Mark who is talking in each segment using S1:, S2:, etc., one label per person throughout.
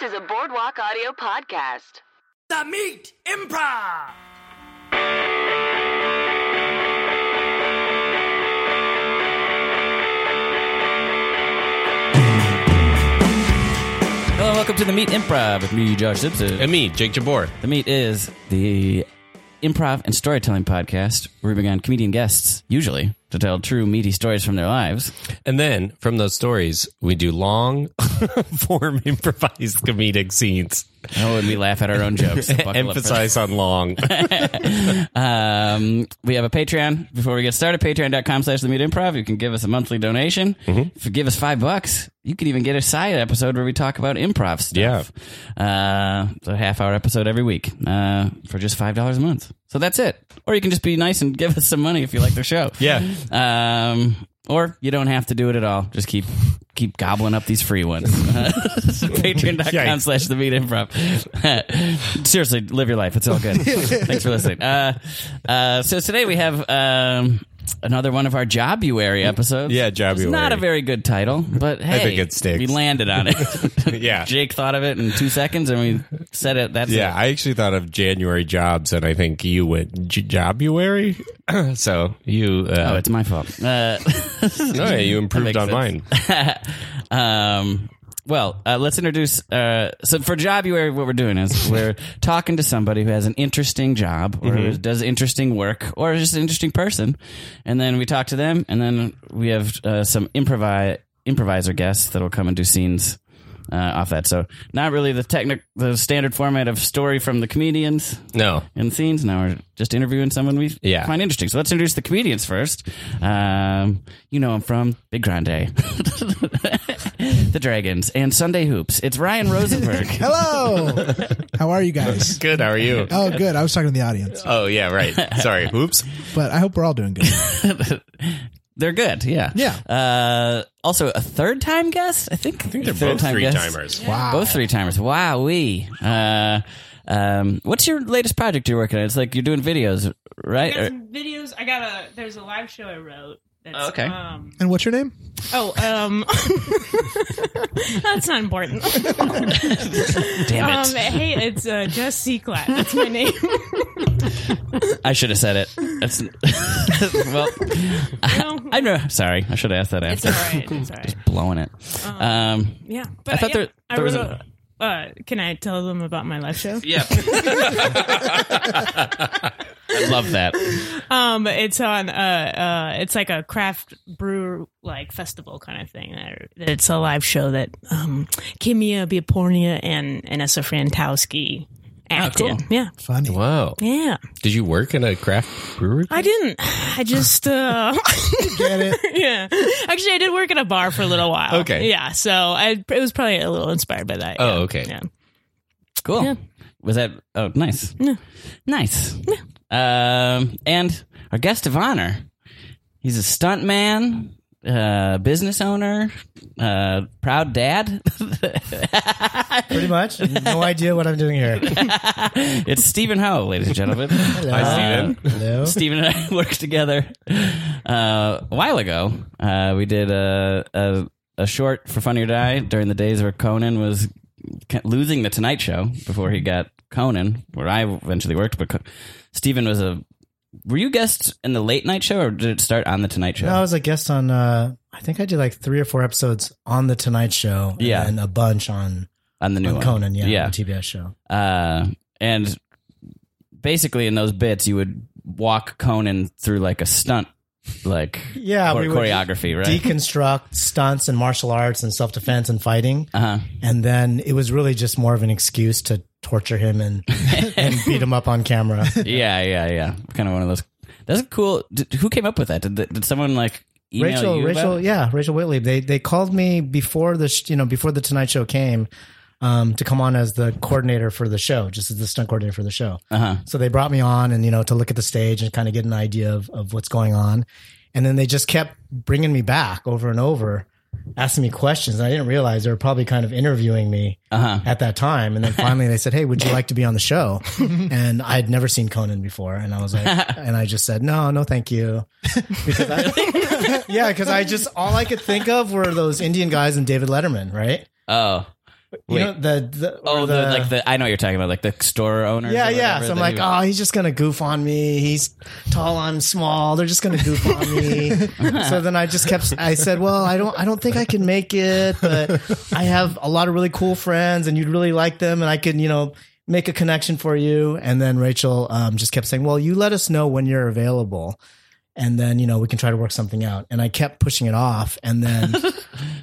S1: to the Boardwalk Audio Podcast.
S2: The Meat Improv.
S3: Hello, welcome to the Meat Improv with me, Josh Simpson.
S4: And me, Jake Jabor.
S3: the Meat is the improv and storytelling podcast where we bring on comedian guests, usually, to tell true meaty stories from their lives.
S4: And then from those stories, we do long form improvised comedic scenes.
S3: Oh, and we laugh at our own jokes. So buckle up for
S4: Emphasize on long.
S3: that. Um, we have a Patreon. Before we get started, patreon.com slash the meat improv. You can give us a monthly donation.
S4: Mm-hmm.
S3: If you give us five bucks, you can even get a side episode where we talk about improv stuff. Yeah. Uh, it's a half hour episode every week uh, for just $5 a month. So that's it. Or you can just be nice and give us some money if you like the show.
S4: Yeah.
S3: Um, or you don't have to do it at all. Just keep keep gobbling up these free ones. Patreon.com
S4: Yikes.
S3: slash the meat improv. Seriously, live your life. It's all good. Thanks for listening. Uh, uh, so today we have um, another one of our Jobuary episodes.
S4: Yeah,
S3: It's not
S4: Jobuary.
S3: a very good title, but hey,
S4: think it sticks.
S3: we landed on it.
S4: Yeah.
S3: Jake thought of it in two seconds and we said it. That's
S4: Yeah,
S3: it.
S4: I actually thought of January jobs, and I think you went J- Jobuary. so you,
S3: Oh,
S4: uh,
S3: it's my fault. Uh,
S4: no, yeah, you improved
S3: makes
S4: on
S3: sense.
S4: mine.
S3: um, well, uh, let's introduce. Uh, so for Jobuary, what we're doing is we're talking to somebody who has an interesting job or
S4: Mm-hmm.
S3: who does interesting work or is just an interesting person, and then we talk to them, and then we have uh, some improvise improviser guests that'll come and do scenes. Uh, off that, so not really the technic, the standard format of story from the comedians
S4: No,
S3: and scenes. Now we're just interviewing someone we
S4: Yeah.
S3: find interesting. So let's introduce the comedians first. Um, you know him from Big Grande, The Dragons, and Sunday Hoops. It's Ryan Rosenberg.
S5: Hello. How are you guys?
S4: good. How are you?
S5: Oh, good. I was talking to the audience,
S4: Oh yeah, right. Sorry. Oops.
S5: but I hope we're all doing good.
S3: They're good, yeah.
S5: Yeah.
S3: Uh, also, a third time guest, I think. I think
S4: They're both three timers.
S5: Wow.
S3: Both three timers. Wow, we. Uh, um, what's your latest project you're working on? It's like you're doing videos,
S6: I
S3: right?
S6: got
S3: Or-
S6: some videos. I got a. There's a live show I wrote. That's,
S3: Okay.
S6: Um,
S5: And what's your name?
S6: oh, um, that's not important.
S3: Damn
S6: Um,
S3: it.
S6: hey, it's uh, Jess Seaclat. That's my name.
S3: I should have said it. That's, well,
S6: No,
S3: I know. Sorry, I should have asked that after.
S6: it's all right. It's all right.
S3: blowing it. Um,
S6: Yeah, but
S3: I thought
S6: yeah,
S3: there- there was
S6: I wrote. A, uh, can I tell them about my live show?
S3: yeah. I love that.
S6: Um, it's on uh, uh, it's like a craft brew like festival kind of thing. It's a live show that um, Kimia Biapornia and Anessa Frantowski acted.
S3: Oh, cool.
S6: Yeah,
S5: Funny.
S4: Wow.
S6: yeah.
S4: Did you work in a craft brewery?
S6: I didn't. I just uh
S5: Get it?
S6: yeah. Actually, I did work at a bar for a little while.
S4: Okay.
S6: Yeah, so I it was probably a little inspired by that.
S4: Oh,
S6: yeah.
S4: okay.
S6: Yeah.
S3: Cool.
S6: Yeah.
S3: Was that? Oh, nice. Nice. Um, and our guest of honor, he's a stuntman, uh, business owner, uh, proud dad.
S7: Pretty much. No idea what I'm doing here.
S3: it's Stephen Ho, ladies and gentlemen.
S7: Hello.
S4: Hi, Steven.
S7: Hello.
S3: Steven and I worked together uh, a while ago. Uh, we did a, a a short for Funny or Die during the days where Conan was ca- losing the Tonight Show before he got Conan, where I eventually worked. But Co- Steven was a were you guest in the late night show or did it start on the Tonight Show?
S7: I was a guest on, uh, I think I did like three or four episodes on The Tonight Show. and
S3: Yeah.
S7: And a bunch on,
S3: on the new
S7: on
S3: one,
S7: Conan, yeah,
S3: yeah.
S7: on the TBS show.
S3: uh, and basically in those bits you would walk Conan through like a stunt, like
S7: Yeah.
S3: chor-
S7: we would
S3: choreography, right?
S7: Deconstruct stunts and martial arts and self defense and fighting.
S3: uh-huh.
S7: And then it was really just more of an excuse to torture him and, and beat him up on camera.
S3: yeah, yeah, yeah. Kind of one of those. That's cool. Did, who came up with that? Did, th- did someone like email
S7: Rachel,
S3: you? about
S7: Rachel,
S3: it?
S7: yeah, Rachel Whitley. They they called me before the sh- you know before the Tonight Show came um, to come on as the coordinator for the show, just as the stunt coordinator for the show.
S3: Uh-huh.
S7: So they brought me on and you know to look at the stage and kind of get an idea of of what's going on, and then they just kept bringing me back over and over, asking me questions. And I didn't realize they were probably kind of interviewing me
S3: Uh-huh.
S7: at that time. And then finally they said, Hey, would you like to be on the show? and I had never seen Conan before. And I was like, and I just said, no, no, thank you. Because I, yeah. Cause I just, all I could think of were those Indian guys and David Letterman. Right.
S3: Oh,
S7: You know, the, the
S3: Oh,
S7: or
S3: the, like the I know what you're talking about, like the store owner.
S7: yeah, yeah. So I'm like, oh, he's just gonna goof on me. He's tall, I'm small. They're just gonna goof on me. so then I just kept. I said, well, I don't, I don't think I can make it, but I have a lot of really cool friends, and you'd really like them, and I could, you know, make a connection for you. And then Rachel um, just kept saying, well, you let us know when you're available. And then, you know, we can try to work something out. And I kept pushing it off. And then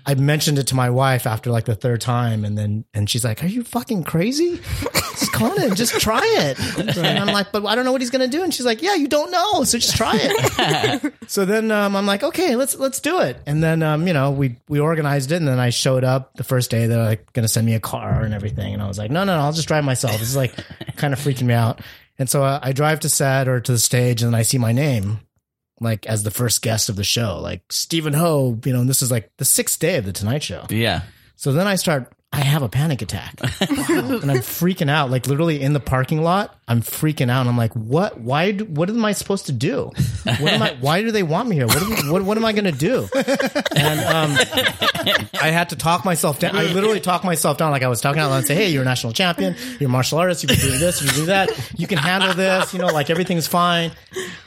S7: I mentioned it to my wife after like the third time, and then and she's like, "Are you fucking crazy? It's Conan. Just try it." And I'm like, "But I don't know what he's gonna do." And she's like, "Yeah, you don't know, so just try it." so then um, I'm like, "Okay, let's let's do it." And then um, you know we we organized it, and then I showed up the first day. They're like gonna send me a car and everything, and I was like, "No, no, no I'll just drive myself." It's like kind of freaking me out. And so uh, I, I drive to set or to the stage, and then I see my name like as the first guest of the show, like Stephen Ho, you know, and this is like the sixth day of the Tonight Show.
S3: yeah.
S7: So then I start, I have a panic attack and I'm freaking out, like literally in the parking lot. I'm freaking out. And I'm like, what, why, do- what am I supposed to do? What am I, why do they want me here? What, am- what, what am I going to do? And, um, I had to talk myself down. I literally talked myself down. Like I was talking out loud and say, Hey, you're a national champion. You're a martial artist. You can do this. You can do that. You can handle this. You know, like everything's fine.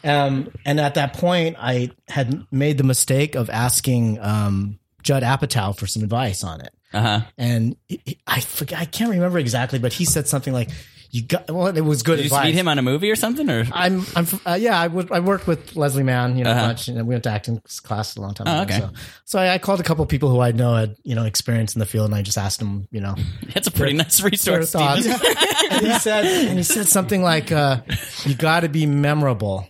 S7: Um, and at that point, I had made the mistake of asking, um, Judd Apatow for some advice on it
S3: Uh huh.
S7: and he- he- I forget, I can't remember exactly, but he said something like, "You got well, it was good
S3: Did you
S7: advice."
S3: meet him on a movie or something? Or
S7: I'm, I'm, fr- uh, yeah, I would, I worked with Leslie Mann, you know, much, and we went to acting class a long time
S3: Uh-huh. Oh,
S7: ago.
S3: okay.
S7: So, so I, I called a couple people who I know had, you know, experience in the field, and I just asked them, you know,
S3: that's a pretty nice
S7: their
S3: resource. Steve.
S7: thoughts. and he said, and he said something like, uh, "You got to be memorable."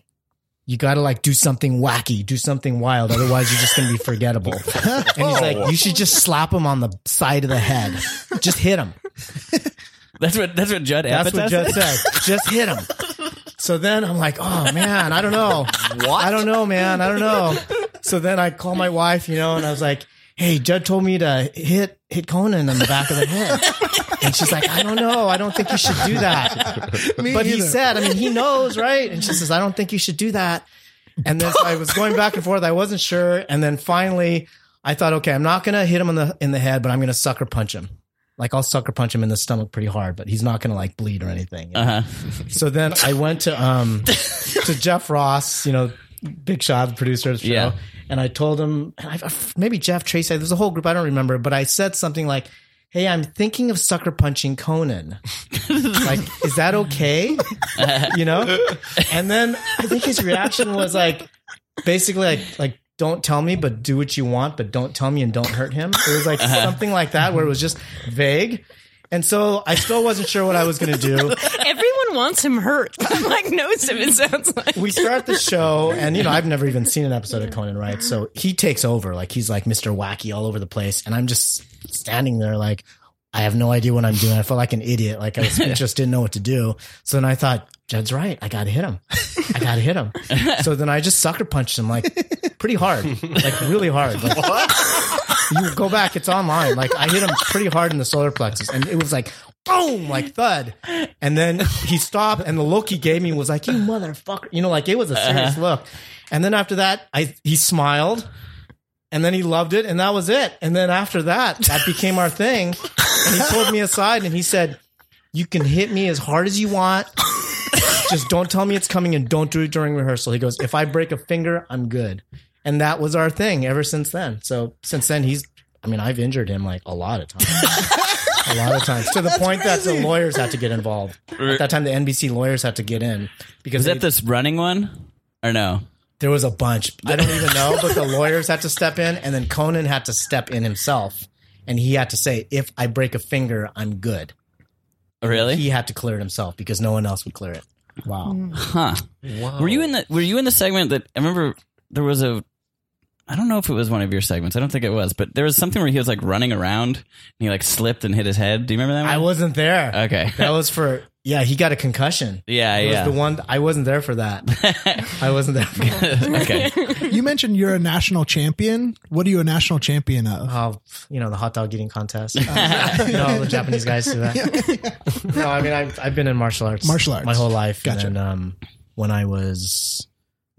S7: You gotta like do something wacky, do something wild, otherwise you're just gonna be forgettable. And he's like, you should just slap him on the side of the head. Just hit him.
S3: That's what that's what Judd
S7: That's
S3: Apatow
S7: what Judd said. Just hit him. So then I'm like, oh man, I don't know. What? I don't know, man. I don't know. So then I call my wife, you know, and I was like, hey, Judd told me to hit hit Conan on the back of the head. And she's like, I don't know. I don't think you should do that.
S5: Me
S7: but he
S5: either.
S7: said, I mean, he knows, right? And she says, I don't think you should do that. And then so I was going back and forth. I wasn't sure. And then finally I thought, okay, I'm not gonna hit him in the in the head, but I'm gonna sucker punch him. Like I'll sucker punch him in the stomach pretty hard, but he's not gonna like bleed or anything. you know?
S3: Uh-huh.
S7: So then I went to um to Jeff Ross, you know, Big Shot, the producer of the show,
S3: Yeah.
S7: and I told him and I, maybe Jeff Tracy. There's a whole group I don't remember, but I said something like, "Hey, I'm thinking of sucker punching Conan. like, is that okay? you know?" And then I think his reaction was like, basically like like don't tell me but do what you want but don't tell me and don't hurt him it was like something like that where it was just vague and so i still wasn't sure what i was going to do
S6: Everyone wants him hurt. like knows him. It sounds like
S7: we start the show and you know i've never even seen an episode of conan right so he takes over like he's like mr wacky all over the place and i'm just standing there like i have no idea what i'm doing i felt like an idiot like i was- just didn't know what to do so then i thought judd's right i gotta hit him i gotta hit him so then i just sucker punched him like pretty hard like really hard like, you go back it's online like i hit him pretty hard in the solar plexus and it was like boom like thud and then he stopped and the look he gave me was like you motherfucker you know like it was a serious look and then after that i he smiled and then he loved it and that was it and then after that that became our thing and he pulled me aside and he said you can hit me as hard as you want just don't tell me it's coming and don't do it during rehearsal he goes if i break a finger i'm good and that was our thing ever since then so since then he's i mean i've injured him like a lot of times a lot of times to the point that the lawyers had to get involved at that time the nbc lawyers had to get in because
S3: Is
S7: they-
S3: that this running one or no?
S7: there was a bunch. I don't even know, but the lawyers had to step in, and then Conan had to step in himself, and he had to say, "If I break a finger, I'm good."
S3: Oh, Really?
S7: He had to clear it himself because no one else would clear it. Wow.
S3: Huh. Were you in the Were you in the segment that I remember? There was a. I don't know if it was one of your segments. I don't think it was, but there was something where he was like running around and he like slipped and hit his head. Do you remember that
S7: I
S3: one?
S7: wasn't there.
S3: okay. Uh,
S7: That was for yeah. He got a concussion.
S3: yeah.
S7: It was the
S3: Yeah.
S7: one I wasn't there for that. I wasn't there. For that.
S3: okay.
S5: You mentioned you're a national champion. What are you a national champion of?
S7: Oh, you know the hot dog eating contest. you know, all the Japanese guys do that. No, I mean I've, I've been in martial arts,
S5: Martial arts.
S7: my whole life.
S5: Gotcha.
S7: And then, um, when I was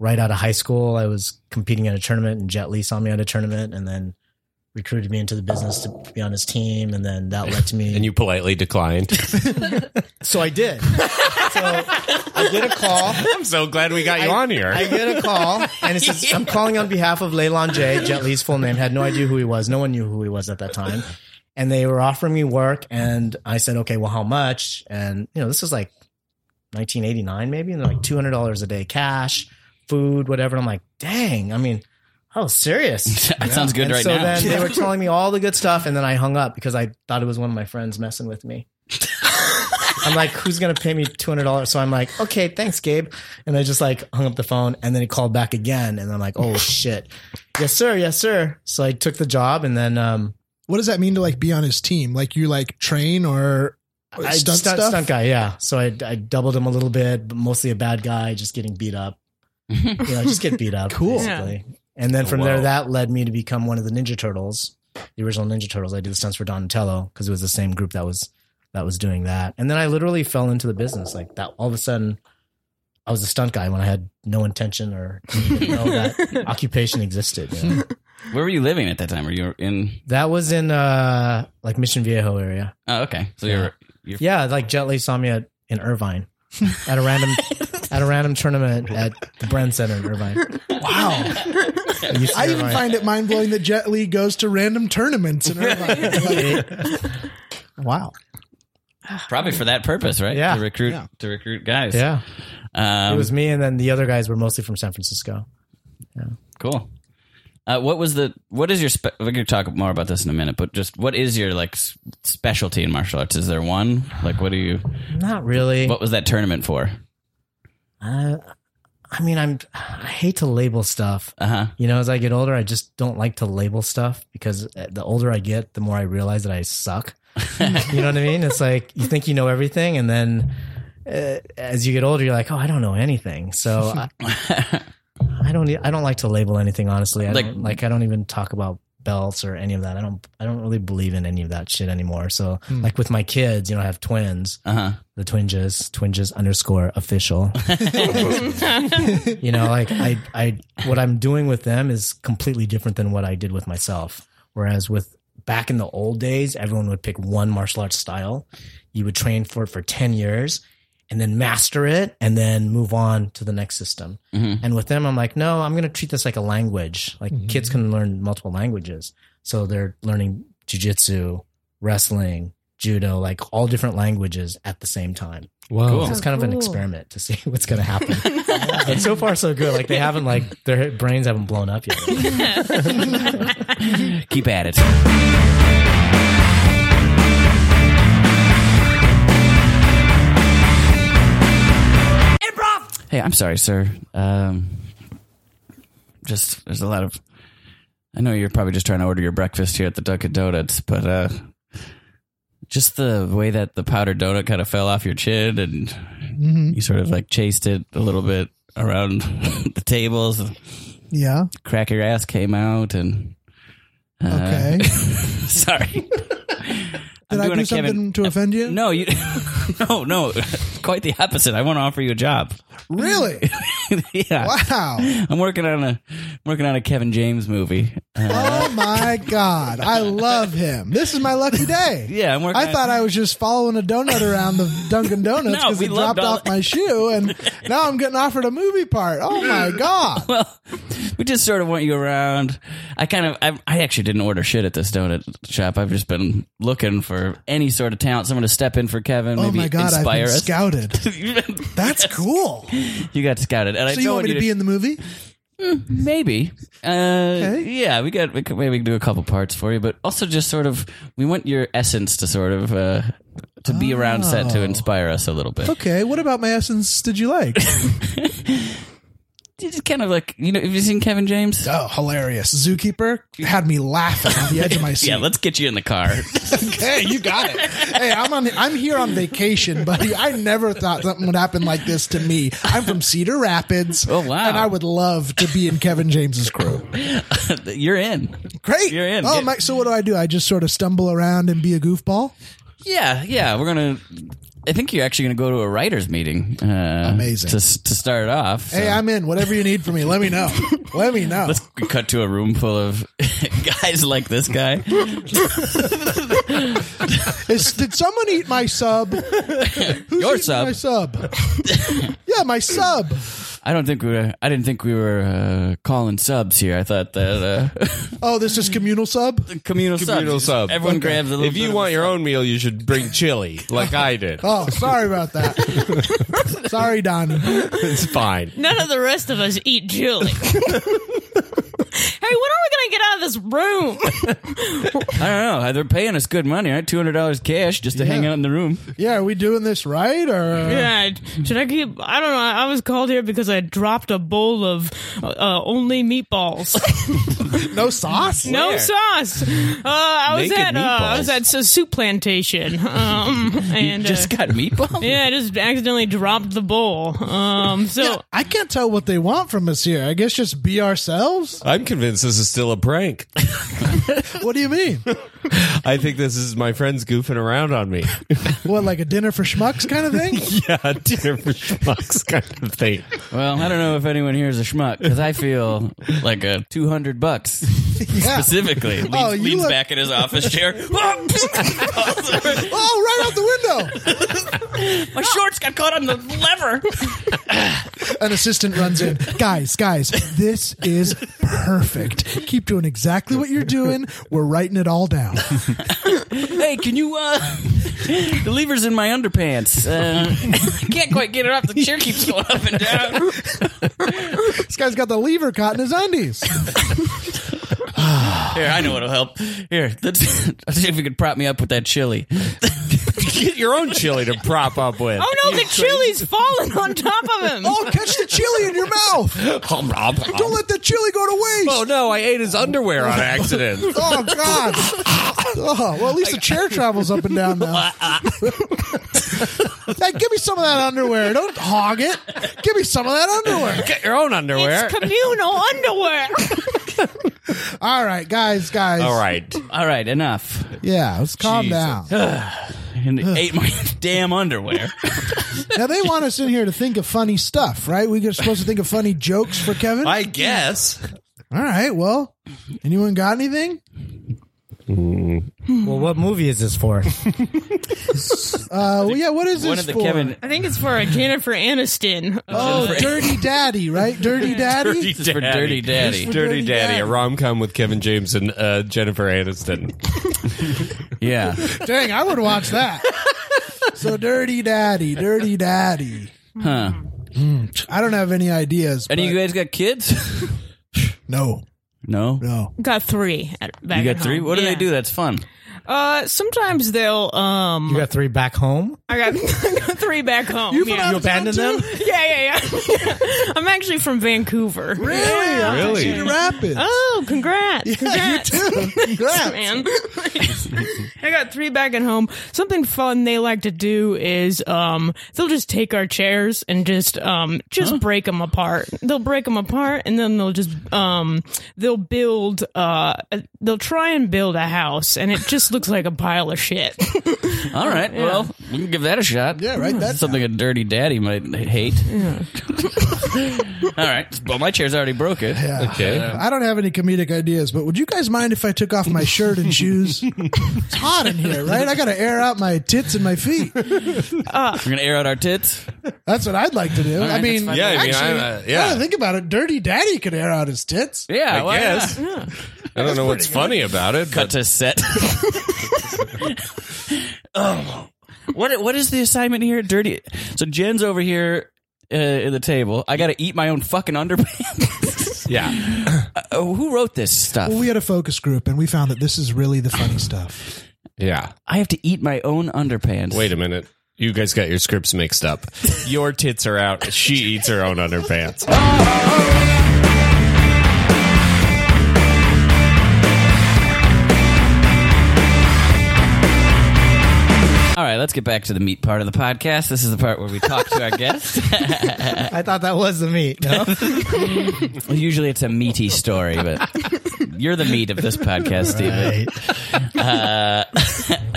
S7: right out of high school, I was competing at a tournament, and Jet Li saw me at a tournament, and then recruited me into the business to be on his team, and then that led to me.
S4: And you politely declined.
S7: so I did. so I get a call.
S4: I'm so glad we got you on here.
S7: I get a call, and it says, "I'm calling on behalf of Leilon J. Jet Li's full name. Had no idea who he was. No one knew who he was at that time." And they were offering me work, and I said, "Okay, well, how much?" And you know, this is like 1989, maybe, and they're like 200 dollars a day cash, food, whatever. And I'm like, "Dang!" I mean, I was serious.
S3: That sounds good
S7: and
S3: right
S7: so
S3: now.
S7: then they were telling me all the good stuff, and then I hung up because I thought it was one of my friends messing with me. I'm like, who's gonna pay me two hundred dollars? So I'm like, okay, thanks, Gabe. And I just like hung up the phone, and then he called back again, and I'm like, oh shit, yes sir, yes sir. So I took the job, and then um,
S5: What does that mean to like be on his team? Like you like train or
S7: I
S5: stunt
S7: stunt, stunt,
S5: stuff?
S7: guy, yeah. So I, I doubled him a little bit, but mostly a bad guy, just getting beat up. you know, just get beat up.
S5: Cool. Oh,
S7: basically. And then from
S4: Wow.
S7: there, that led me to become one of the Ninja Turtles, the original Ninja Turtles. I did the stunts for Donatello because it was the same group that was that was doing that. And then I literally fell into the business like that. All of a sudden, I was a stunt guy when I had no intention or didn't even know that occupation existed. you
S5: Hmm.
S7: know?
S3: Where were you living at that time? Were you in?
S7: That was in uh like Mission Viejo area.
S3: Oh, okay. So you're. you're
S7: Yeah, like Jet Li saw me at in Irvine at a random at a random tournament at the Bren Center in Irvine.
S5: Wow.
S7: UC
S5: I even
S7: Irvine.
S5: find it mind blowing that Jet Li goes to random tournaments in Irvine. Like, wow.
S3: probably for that purpose, right?
S7: Yeah.
S3: To recruit
S5: Yeah.
S3: to recruit guys.
S7: yeah,
S3: Um,
S7: it was me, and then the other guys were mostly from San Francisco.
S3: Cool. Uh, what was the? What is your? Spe- we could talk more about this in a minute, but just what is your like s- specialty in martial arts? Is there one? Like, what do you?
S7: Not really.
S3: What was that tournament for?
S7: Uh, I mean, I'm I hate to label stuff.
S3: Uh huh.
S7: You know, as I get older, I just don't like to label stuff because uh, the older I get, the more I realize that I suck. you know what I mean? It's like you think you know everything, and then uh, as you get older, you're like, oh, I don't know anything. So I, I don't. e- I don't like to label anything. Honestly, I
S3: Like-
S7: don't, like I don't even talk about belts or any of that. I don't. I don't really believe in any of that shit anymore. So like with my kids, you know, I have twins.
S3: Uh huh.
S7: The twinges, twinges underscore official. you know, like I, I, what I'm doing with them is completely different than what I did with myself. Whereas with back in the old days, everyone would pick one martial arts style. You would train for it for 10 years and then master it and then move on to the next system.
S3: Mhm.
S7: And with them, I'm like, no, I'm going to treat this like a language. Like kids can learn multiple languages. So they're learning jujitsu, wrestling, judo, like all different languages at the same time.
S4: Whoa.
S7: So
S3: Oh, Cool.
S7: it's kind of an
S6: Cool.
S7: experiment to see what's going to happen. and so far, so good. Like they haven't like their brains haven't blown up yet.
S3: Keep at it.
S2: Improv!
S3: Hey, I'm sorry, sir. Um, just there's a lot of. I know you're probably just trying to order your breakfast here at the Dunkin' Donuts, but uh, just the way that the powdered donut kind of fell off your chin and you sort of like chased it a little bit around the tables, the
S5: Yeah.
S3: crack of your ass came out, and
S5: Okay.
S3: sorry.
S5: Did I do something to offend you?
S3: No, you. no, no. Quite the opposite. I want to offer you a job.
S5: Really?
S3: yeah.
S5: Wow.
S3: I'm working on a I'm working on a Kevin James movie. Uh,
S5: Oh my God. I love him. This is my lucky day.
S3: yeah, I'm working.
S5: I thought I was just following a donut around the Dunkin' Donuts
S3: No,
S5: because
S3: we
S5: it
S3: love
S5: dropped off
S3: donuts.
S5: my shoe, and now I'm getting offered a movie part. Oh my god!
S3: well, we just sort of want you around. I kind of I, I actually didn't order shit at this donut shop. I've just been looking for any sort of talent, someone to step in for Kevin,
S5: Oh
S3: maybe
S5: my god! I've
S3: inspire
S5: been
S3: us.
S5: scouted. That's cool.
S3: you got scouted, and I
S5: So
S3: don't
S5: you want me
S3: you
S5: to be in the movie?
S3: Maybe. Uh, Yeah, we got. We could, maybe we can do a couple parts for you, but also just sort of, we want your essence to sort of uh, to be around set
S5: Oh.
S3: to inspire us a little bit.
S5: Okay. What about my essence? Did you like?
S3: It's kind of like you know, have you seen Kevin James?
S5: oh, hilarious! Zookeeper had me laughing on the edge of my seat.
S3: Yeah, let's get you in the car.
S5: Hey, you got it. Hey, I'm on. I'm here on vacation, buddy. I never thought something would happen like this to me. I'm from Cedar Rapids.
S3: Oh, wow.
S5: And I would love to be in Kevin James's crew.
S3: You're in.
S5: Great.
S3: You're in.
S5: Oh
S3: Get-
S5: my! So what do I do? I just sort of stumble around and be a goofball.
S3: Yeah, yeah, we're gonna. I think you're actually gonna go to a writers' meeting. Uh,
S5: Amazing.
S3: to s- to start it off. so-
S5: Hey, I'm in. Whatever you need from me, let me know. Let me know.
S3: Let's cut to a room full of guys like this guy.
S5: Is, did someone eat my sub? Who's
S3: Your
S5: eating
S3: sub.
S5: My sub. yeah, my sub.
S3: I don't think we were. I didn't think we were uh, calling subs here. I thought that uh,
S5: Oh, this is communal sub.
S3: communal,
S4: Communal
S3: subs.
S4: sub.
S3: Everyone grabs a little.
S4: If you
S3: bit
S4: want your own meal, you should bring chili, like I did.
S5: Oh, sorry about that. sorry, Donnie.
S4: It's fine.
S6: None of the rest of us eat Julie. hey, when are we going to get out of this room?
S3: of, I don't know. They're paying us good money, right? Two hundred dollars cash just to hang out in the room.
S5: Yeah, are we doing this right or?
S6: yeah, should I keep? I don't know. I was called here because I dropped a bowl of uh, only meatballs.
S5: No sauce?
S6: No sauce. Uh, I was
S4: Naked
S6: at uh, I was
S4: meatballs.
S6: at a soup plantation, um, and
S3: Just
S6: uh,
S3: got meatballs.
S6: yeah, I just accidentally dropped the bowl. Um, so
S5: Yeah, I can't tell what they want from us here. I guess just be ourselves.
S4: I'm convinced this is still a prank.
S5: What do you mean?
S4: I think this is my friends goofing around on me.
S5: What, like a dinner for schmucks kind of thing?
S4: yeah, dinner for schmucks kind of thing.
S3: Well, I don't know if anyone here is a schmuck because I feel like a two hundred bucks
S5: Yeah.
S3: specifically. Leans,
S5: Oh, you
S3: leans
S5: look-
S3: back in his office chair.
S5: Oh, right out the window.
S3: My shorts got caught on the lever.
S5: An assistant runs in. Guys, guys, this is perfect. Keep doing exactly what you're doing. We're writing it all down.
S3: hey, can you, uh, the lever's in my underpants. Uh, I can't quite get it off. The chair keeps going up and down.
S5: This guy's got the lever caught in his undies.
S3: Here, I know what'll help. Here, let's, let's see if you could prop me up with that chili.
S4: Get your own chili to prop up with.
S6: oh no, the chili's falling on top of him.
S5: Oh, catch the chili in your mouth. Don't let the chili go to waste.
S4: Oh no, I ate his underwear on accident.
S5: Oh God! Oh, well, at least the chair travels up and down now. hey, give me some of that underwear. Don't hog it. Give me some of that underwear.
S4: Get your own underwear.
S6: It's communal underwear.
S5: All right, guys, guys.
S4: All right.
S3: All right, enough.
S5: Yeah, let's calm down.
S3: And they ate my damn underwear.
S5: Now they want us in here to think of funny stuff, right? We're supposed to think of funny jokes for Kevin.
S4: I guess.
S5: All right. Well, anyone got anything?
S7: Well, what movie is this for?
S5: Uh, well, yeah. What is this
S3: One of the
S5: for?
S3: Kevin.
S6: I think it's for a Jennifer Aniston.
S5: Oh, Dirty Daddy, right? Dirty Daddy.
S3: This is for Dirty Daddy.
S4: Dirty Daddy, a rom com with Kevin James and uh, Jennifer Aniston.
S3: Yeah.
S5: Dang, I would watch that. so Dirty Daddy, Dirty Daddy. Hmm.
S3: Huh.
S5: I don't have any ideas.
S3: Any of
S5: but-
S3: you guys got kids?
S5: No,
S3: No.
S5: no.
S6: got three. At, back
S3: You
S6: at
S3: got three?
S6: home.
S3: What do
S6: Yeah.
S3: they do that's fun?
S6: Uh, sometimes they'll um.
S7: You got three back home?
S6: I got, I got three back home.
S5: You from
S6: yeah.
S5: out
S7: You
S5: of town
S7: abandoned
S5: too?
S7: them?
S6: yeah, yeah, yeah. I'm actually from Vancouver.
S5: Really?
S4: Really?
S5: Cedar Rapids.
S6: Oh, congrats. congrats.
S5: You too. Congrats.
S6: Man, I got three back at home. Something fun they like to do is um, they'll just take our chairs and just um, just break them apart. They'll break them apart and then they'll just um, they'll build uh, they'll try and build a house and it just looks like a pile of shit.
S3: All right. Well, we can give that a shot.
S5: Yeah, right. That's
S3: something a dirty daddy might hate. All right. Well, my chair's already broken.
S4: Okay.
S5: I don't have any comedic ideas, but would you guys mind if I took off my shirt and shoes? it's hot in here, right? I got to air out my tits and my feet.
S3: We're gonna air out our tits.
S5: That's what I'd like to do. I
S3: that's
S5: mean,
S3: fine.
S4: Yeah, I mean,
S5: actually,
S4: I- uh, yeah.
S5: now that I think about it. Dirty Daddy could air out his tits.
S3: Yeah.
S4: I guess. I don't know what's funny about it,
S3: Cut
S4: but
S3: to set. oh, what what is the assignment here? Dirty. So Jen's over here uh, at the table. I got to eat my own fucking underpants.
S4: yeah.
S3: oh, who wrote this stuff?
S5: Well, we had a focus group, and we found that this is really the funny stuff.
S4: Yeah.
S3: I have to eat my own underpants.
S4: Wait a minute. You guys got your scripts mixed up. Your tits are out. She eats her own underpants.
S3: All right, let's get back to the meat part of the podcast. This is the part where we talk to our guests.
S7: I thought that was the meat. No?
S3: Usually it's a meaty story, but you're the meat of this podcast, Steven.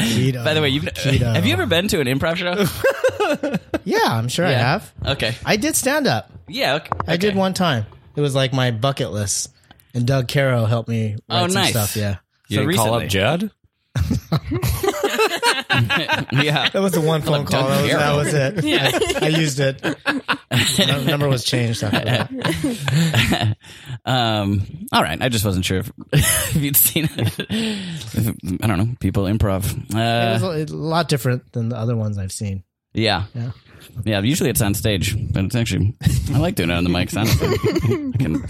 S7: Keto.
S3: Uh, By the way, you've,
S7: Keto.
S3: have you ever been to an improv show?
S7: Yeah, I'm sure I have.
S3: Okay.
S7: I did stand up.
S3: Yeah. Okay.
S7: I did
S3: Okay.
S7: one time. It was like my bucket list, and Doug Caro helped me. Write
S3: Oh,
S7: some
S3: nice.
S7: Stuff. Yeah,
S4: You
S3: So
S4: didn't call up
S3: recently.
S4: Judd?
S3: yeah.
S7: that was the one phone
S3: Oh, Doug
S7: call. That was, that
S3: Caro.
S7: was it. I, I used it. Num- number was changed after that.
S3: Um, all right. I just wasn't sure if, if you'd seen it. I don't know. People improv. Uh,
S7: it was a lot different than the other ones I've seen.
S3: yeah.
S7: Yeah.
S3: Yeah. Usually it's on stage, but it's actually, I like doing it on the mics, honestly. I can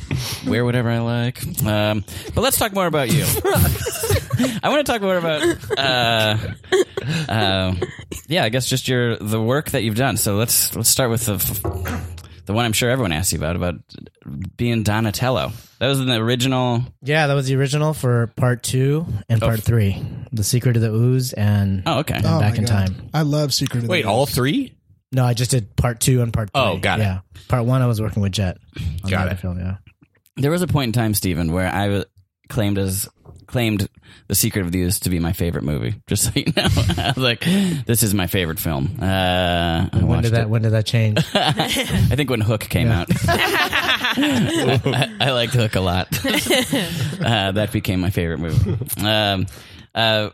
S3: wear whatever I like. Um, but let's talk more about you. I want to talk more about, uh, uh, yeah, I guess just your, the work that you've done. So let's, let's start with the, f- the one I'm sure everyone asked you about, about being Donatello. That was in the original.
S7: Yeah, that was the original for part two and
S4: Oh.
S7: part three, the secret of the ooze and
S3: Oh, okay.
S7: And
S5: Oh
S7: back
S5: my
S7: in
S5: God.
S7: time.
S5: I love Secret of the
S4: Uh, Wait,
S5: Ooze.
S4: all three?
S7: No, I just did part two and part three.
S4: Oh, got it.
S7: Yeah, part one I was working with Jet. On
S4: Got
S7: that
S4: it.
S7: Film, yeah.
S3: There was a point in time, Stephen, where I was claimed as claimed The Secret of the Ooze to be my favorite movie. Just so you know, I was like, "This is my favorite film." Uh, I
S7: When
S3: watched
S7: did that? When did that change?
S3: it. I think when Hook came out, I, I liked Hook a lot. uh, that became my favorite movie. Um, uh,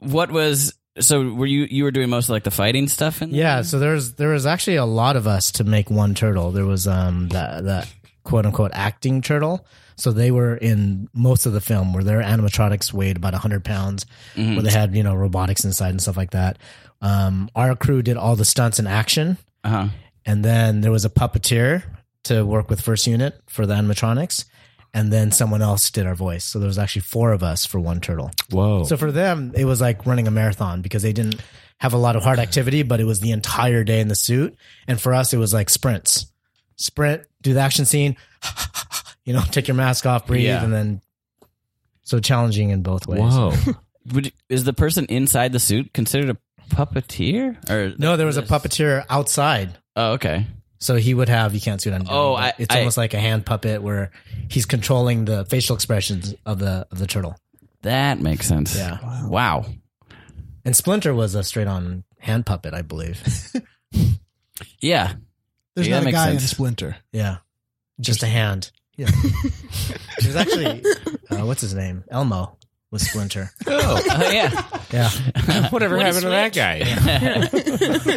S3: what was so? Were you you were doing most of like the fighting stuff? In
S7: Yeah, so there's there was actually a lot of us to make one turtle. There was um that that quote unquote acting turtle. So they were in most of the film where their animatronics weighed about hundred pounds, where they had you know robotics inside and stuff like that. Um, our crew did all the stunts in action,
S3: Uh huh.
S7: and then there was a puppeteer to work with first unit for the animatronics, and then someone else did our voice. So there was actually four of us for one turtle.
S4: Whoa.
S7: So for them, it was like running a marathon because they didn't have a lot of hard activity, but it was the entire day in the suit. And for us, it was like sprints, sprint, do the action scene, you know, take your mask off, breathe,
S3: Yeah.
S7: and then so challenging in both ways.
S4: Whoa.
S3: Would, is the person inside the suit considered a puppeteer? Or
S7: No, there was a puppeteer outside.
S3: Oh, okay.
S7: So he would have, you can't see what I'm doing.
S3: Oh,
S7: but
S3: I-
S7: it's
S3: I-
S7: almost like a hand puppet where he's controlling the facial expressions of the of the turtle.
S3: That makes sense.
S7: Yeah.
S3: Wow.
S7: And Splinter was a straight on hand puppet, I believe.
S3: Yeah.
S5: There's
S3: Yeah, that
S5: not a
S3: makes
S5: guy in
S3: sense.
S5: Splinter.
S7: Yeah. Just a hand.
S5: Yeah.
S7: There's actually, uh, what's his name? Elmo with Splinter.
S3: Oh yeah.
S7: Yeah.
S4: Whatever happened to that guy?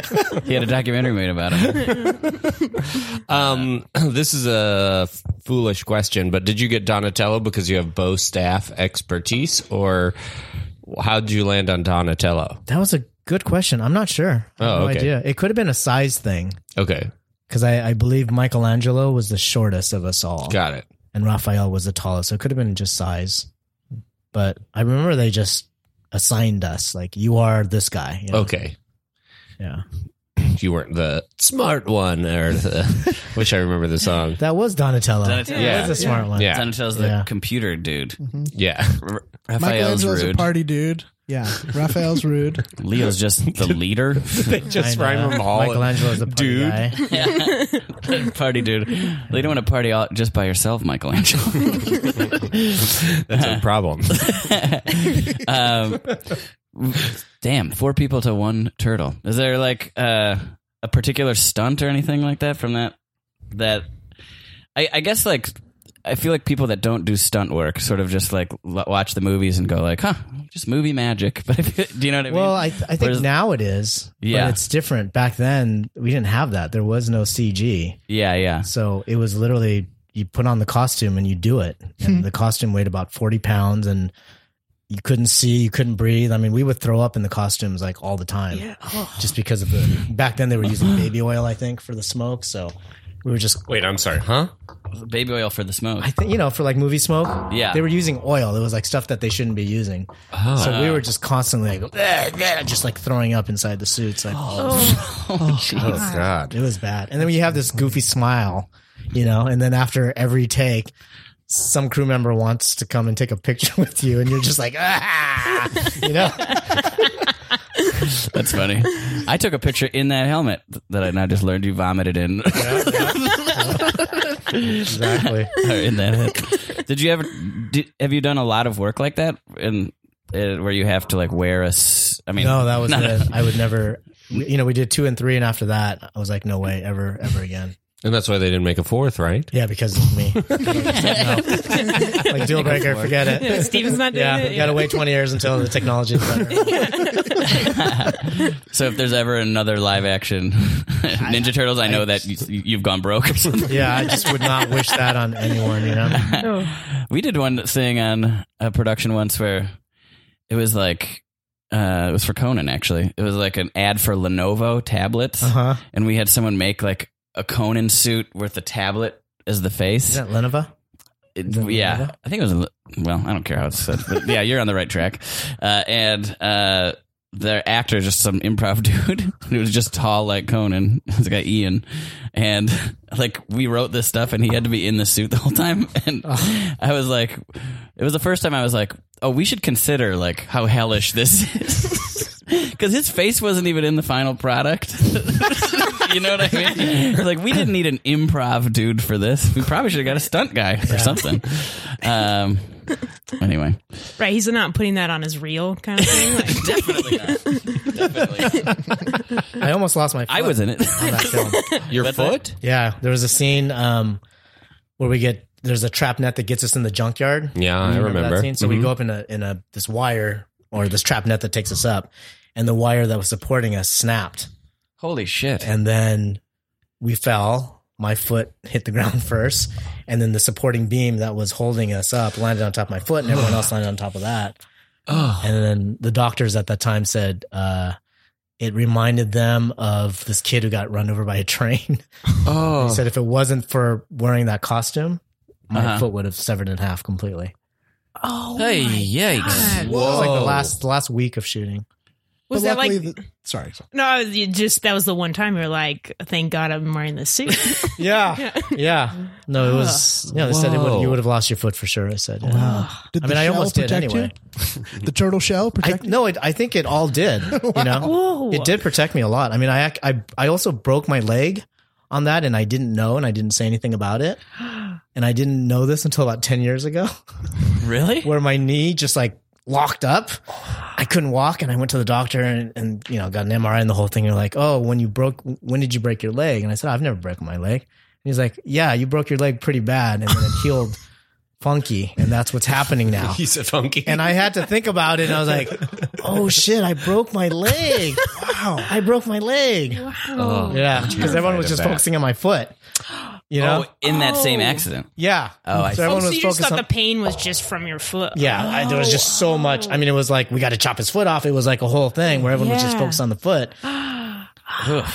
S3: He had a documentary made about him.
S4: Um, this is a foolish question, but did you get Donatello because you have bow staff expertise, or how did you land on Donatello?
S7: That was a good question. I'm not sure. I have
S4: Oh,
S7: no
S4: okay.
S7: idea. It could have been a size thing
S4: Okay,
S7: because I, I believe Michelangelo was the shortest of us all
S4: got it.
S7: and Raphael was the tallest. So it could have been just size. But I remember they just assigned us, like, you are this guy. you know?
S4: Okay,
S7: Yeah.
S4: you weren't the smart one, or the. wish I remember the song.
S7: That was Donatello.
S3: Donatello.
S7: That
S4: Yeah.
S7: was a smart one.
S4: Yeah.
S3: Donatello's the
S7: Yeah.
S3: computer dude.
S4: Yeah,
S3: R- Raphael's
S5: Michelangelo's
S3: rude.
S5: a party dude. Yeah. Raphael's rude.
S3: Leo's just the leader.
S4: just
S7: I know.
S4: rhyme them all.
S7: Michelangelo's a party
S4: Dude.
S7: guy.
S3: party dude. Well, you don't want to party all, just by yourself, Michelangelo.
S4: That's a problem.
S3: um, damn, four people to one turtle. Is there like uh, a particular stunt or anything like that from that? That I, I guess like I feel like people that don't do stunt work sort of just like l- watch the movies and go like, huh, just movie magic. But I feel, do you know what I
S7: Well,
S3: mean?
S7: I, th- I think
S3: Whereas-
S7: now it is.
S3: Yeah.
S7: But it's different. Back then, we didn't have that. There was no CG.
S3: yeah, yeah.
S7: So it was literally you put on the costume and you do it. And the costume weighed about 40 pounds and you couldn't see, you couldn't breathe. I mean, we would throw up in the costumes like all the time. Yeah. Just because of the. Back then, they were using baby oil, I think, for the smoke. So we were just.
S4: Wait, I'm sorry, huh?
S3: Baby oil for the smoke.
S7: I think, you know, for like movie smoke,
S3: Yeah.
S7: they were using oil. It was like stuff that they shouldn't be using.
S4: Oh.
S7: So we were just constantly like, "Bleh, bleh," just like throwing up inside the suits. Like,
S4: Oh God.
S7: It was bad. And then you have this goofy smile, you know, and then after every take, some crew member wants to come and take a picture with you, and you're just like, ah, you know,
S3: That's funny. I took a picture in that helmet that I now just learned you vomited in.
S7: exactly.
S3: Or in that. Did you ever? Did, have you done a lot of work like that? And uh, where you have to like wear a? s- I mean,
S7: No, that was
S3: not
S7: it.
S3: a-
S7: I would never. You know, we did two and three, and after that, I was like, no way, ever, ever again.
S4: And that's why they didn't make a fourth, right?
S7: Yeah, because of me. like deal breaker, forget it.
S6: Steven's not doing
S7: Yeah,
S6: it.
S7: you gotta wait twenty years until the technology is better.
S3: so if there's ever another live action Ninja Turtles, I know that you, you've gone broke or something.
S7: Yeah, I just would not wish that on anyone. You know,
S3: We did one thing on a production once where it was like uh, it was for Conan actually. It was like an ad for Lenovo tablets,
S7: Uh-huh.
S3: and we had someone make like a Conan suit with the tablet as the
S7: is
S3: face.
S7: that Lenova?
S3: It-
S7: is that
S3: yeah,
S7: Lenovo?
S3: I think it was. A, Le- well, I don't care how it's said, but yeah, you're on the right track. Uh, and uh, their actor, is just some improv dude, who was just tall like Conan. This guy Ian, and like we wrote this stuff, and he had to be in the suit the whole time. And I was like, it was the first time I was like, oh, we should consider like how hellish this is. Because his face wasn't even in the final product. you know what I mean? Like, we didn't need an improv dude for this. We probably should have got a stunt guy or something. Um, anyway.
S6: Right, he's not putting that on his reel kind of thing. Like,
S3: Definitely not. Definitely.
S7: I almost lost my.
S3: I
S7: foot
S3: was in it.
S7: on that film.
S4: Your foot?
S7: Yeah, there was a scene um, where we get there's a trap net that gets us in the junkyard.
S4: Yeah, I
S7: You
S4: remember.
S7: Mm,
S4: Mm-hmm.
S7: that scene. So we go up in a in a this wire or this trap net that takes us up, and the wire that was supporting us snapped,
S3: Holy shit.
S7: and then we fell. My foot hit the ground first, and then the supporting beam that was holding us up landed on top of my foot, and everyone else landed on top of that.
S4: Oh.
S7: And then the doctors at that time said uh, it reminded them of this kid who got run over by a train. He
S4: Oh.
S7: said if it wasn't for wearing that costume, my
S3: Uh-huh.
S7: foot would have severed in half completely.
S6: oh,
S3: Hey,
S6: my
S3: yikes.
S6: God.
S7: It was like the
S4: Whoa.
S7: last the last week of shooting.
S5: But
S6: was that like?
S5: luckily the- sorry.
S6: no, you just that was the one time you're like, thank God I'm wearing this suit.
S7: Yeah, yeah. No, it was. Yeah, they said it would,
S4: Ah. Whoa.
S7: you would have lost your foot for sure. I said. yeah.
S5: Did
S7: I mean,
S5: the
S7: I
S5: shell
S7: almost did
S5: protect
S7: anyway.
S5: you? The turtle shell
S7: I,
S5: protect
S7: no, it, I think it all did. You know,
S6: Whoa.
S7: it did protect me a lot. I mean, I, ac- I I also broke my leg on that, and I didn't know, and I didn't say anything about it, and I didn't know this until about ten years ago.
S3: Really?
S7: where my knee just like locked up. I couldn't walk, and I went to the doctor and, and you know got an MRI and the whole thing. They're like, "Oh, when you broke, when did you break your leg?" And I said, "I've never broken my leg." And he's like, "Yeah, you broke your leg pretty bad, and then it healed funky, and that's what's happening now."
S4: Mm-hmm. He's a funky.
S7: And I had to think about it, and I was like, "Oh shit, I broke my leg! Wow, I broke my leg!"
S4: Oh.
S7: Yeah, because everyone was
S4: of
S7: just
S4: that.
S7: focusing on my foot. You know?
S3: Oh, in that same
S6: Oh.
S3: accident.
S7: yeah.
S3: Oh, I see.
S6: Oh,
S7: everyone
S6: so
S7: was
S6: you just
S7: focused
S6: thought
S7: on
S6: the pain was just from your foot?
S7: Yeah, I, there was just so much. I mean, it was like we got to chop his foot off. It was like a whole thing where everyone was just
S6: Yeah.
S7: focused on the foot.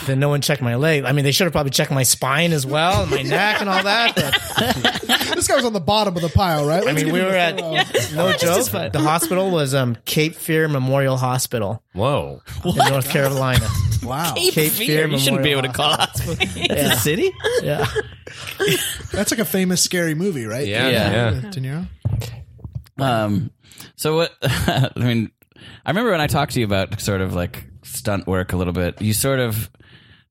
S7: then no one checked my leg. I mean, they should have probably checked my spine as well, and my neck, and all that. But,
S5: you. This guy was on the bottom of the pile, right?
S7: I
S5: Let's
S7: mean,
S5: give
S7: we
S5: him
S7: were
S5: a
S7: at
S5: thorough-
S7: no joke. The hospital was um, Cape Fear Memorial Hospital
S4: Whoa.
S7: in North Carolina.
S5: Wow.
S7: Cape Fear.
S3: You shouldn't be able
S7: Memorial
S3: to call it hospital. It's a city?
S7: Yeah.
S5: That's like a famous scary movie, right?
S4: Yeah.
S3: Yeah.
S4: yeah.
S5: De Niro?
S3: Um, so what? I mean, I remember when I talked to you about sort of like stunt work a little bit. You sort of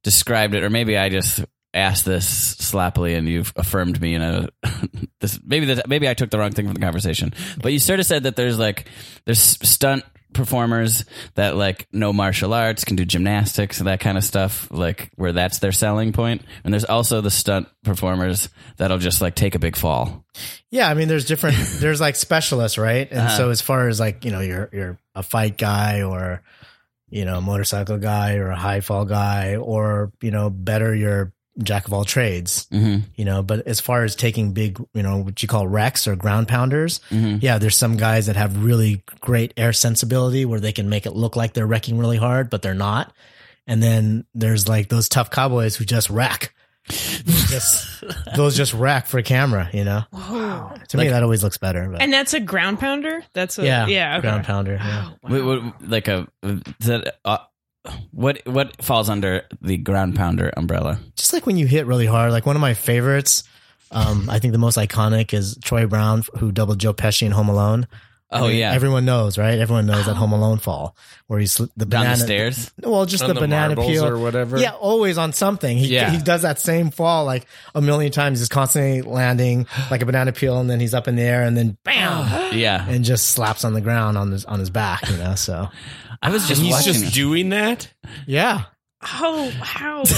S3: described it, or maybe I just asked this sloppily, and you've affirmed me in a this. Maybe that maybe I took the wrong thing from the conversation, but you sort of said that there's like there's stunt performers that like know martial arts, can do gymnastics, that kind of stuff, like where that's their selling point. And there's also the stunt performers that'll just like take a big fall.
S7: Yeah, I mean, there's different. There's like specialists, right? And
S3: Uh-huh.
S7: so as far as like you know, you're you're a fight guy or you know a motorcycle guy or a high fall guy or you know better your jack of all trades,
S3: hmm
S7: you know. But as far as taking big, you know, what you call wrecks or ground pounders,
S3: Mhm.
S7: yeah, there's some guys that have really great air sensibility where they can make it look like they're wrecking really hard, but they're not. And then there's like those tough cowboys who just wreck. just, those just wreck for camera, you know. To me, that always looks better. But
S6: And that's a ground pounder. That's a
S7: yeah,
S6: yeah okay.
S7: ground pounder. Yeah.
S3: Wait, what, like a is that uh, what what falls under the ground pounder umbrella?
S7: Just like when you hit really hard. Like one of my favorites, um, I think the most iconic is Troy Brown, who doubled Joe Pesci in Home Alone.
S3: Oh, yeah.
S7: everyone knows, right? Everyone knows that Home Alone fall where he's the
S3: down
S7: banana,
S3: the stairs.
S7: Well, just
S4: On
S7: the,
S4: the
S7: banana
S4: marbles
S7: peel
S4: or whatever?
S7: Yeah, always on something. He
S4: Yeah.
S7: he does that same fall like a million times. He's constantly landing like a banana peel, and then he's up in the air, and then bam,
S3: Yeah,
S7: and just slaps on the ground on his on his back. You know, so
S3: I was just
S4: He's
S3: watching.
S4: just doing that.
S7: yeah,
S6: Oh, how?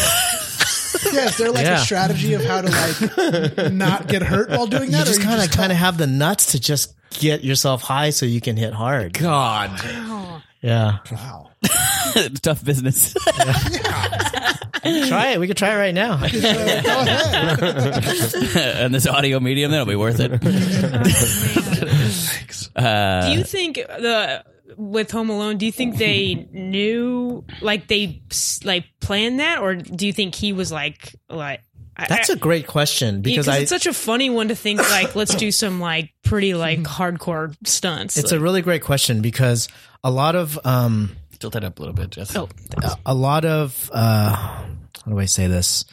S5: Yeah, is there like
S7: Yeah.
S5: a strategy of how to like not get hurt while doing
S7: you
S5: that?
S7: just
S5: or
S7: kind
S5: you
S7: of kind of have the nuts to just get yourself high so you can hit hard.
S4: God,
S7: Yeah,
S3: it. tough business.
S7: try it. We could try it right now.
S3: and this audio medium, that'll be worth it.
S7: Uh,
S6: do you think the with Home Alone? Do you think they knew, like they like planned that, or do you think he was like like? I-
S7: That's
S6: I-
S7: a great question because
S6: yeah,
S7: I.
S6: it's such a funny one to think like let's do some like pretty like hardcore stunts.
S7: it's a really great question because a lot of um,
S3: Tilt that up a little bit, Jess.
S6: oh,
S7: a lot of uh, how do I say this?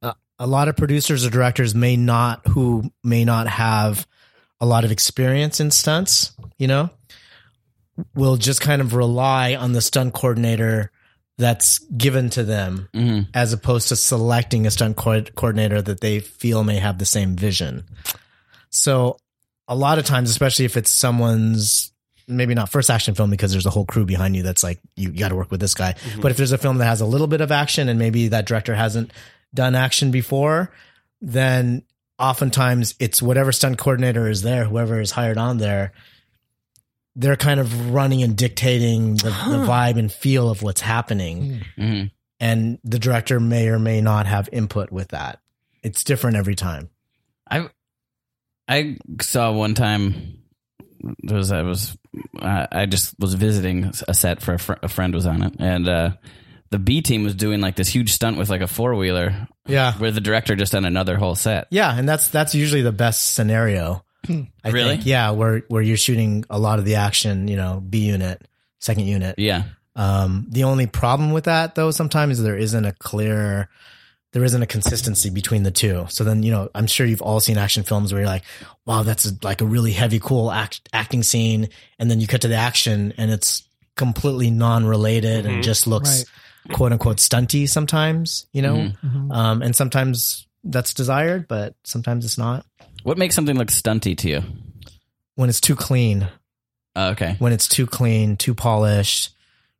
S7: A- A lot of producers or directors may not who may not have a lot of experience in stunts, you know, will just kind of rely on the stunt coordinator that's given to them
S3: Mhm.
S7: as opposed to selecting a stunt co- coordinator that they feel may have the same vision. So a lot of times, especially if it's someone's maybe not first action film because there's a whole crew behind you that's like you, got to work with this guy. But if there's a film that has a little bit of action and maybe that director hasn't done action before, then oftentimes it's whatever stunt coordinator is there, whoever is hired on there. They're kind of running and dictating the, the vibe and feel of what's happening
S3: Mhm.
S7: and the director may or may not have input with that. It's different every time.
S3: I I saw one time there was I was uh, I just was visiting a set for a, fr- a friend was on it and uh the B team was doing like this huge stunt with like a four wheeler
S7: Yeah.
S3: where the director just done another whole set.
S7: Yeah, and that's that's usually the best scenario. I
S3: Really?
S7: Think. Yeah, where where you're shooting a lot of the action, you know, B unit, second unit.
S3: Yeah.
S7: Um, the only problem with that though sometimes is there isn't a clear there isn't a consistency between the two. So then, you know, I'm sure you've all seen action films where you're like, wow, that's a, like a really heavy, cool act, acting scene. And then you cut to the action and it's completely non related and just looks quote unquote stunty sometimes, you know? Um, and sometimes that's desired, but sometimes it's not.
S3: What makes something look stunty to you?
S7: When it's too clean,
S3: Oh, okay.
S7: when it's too clean, too polished,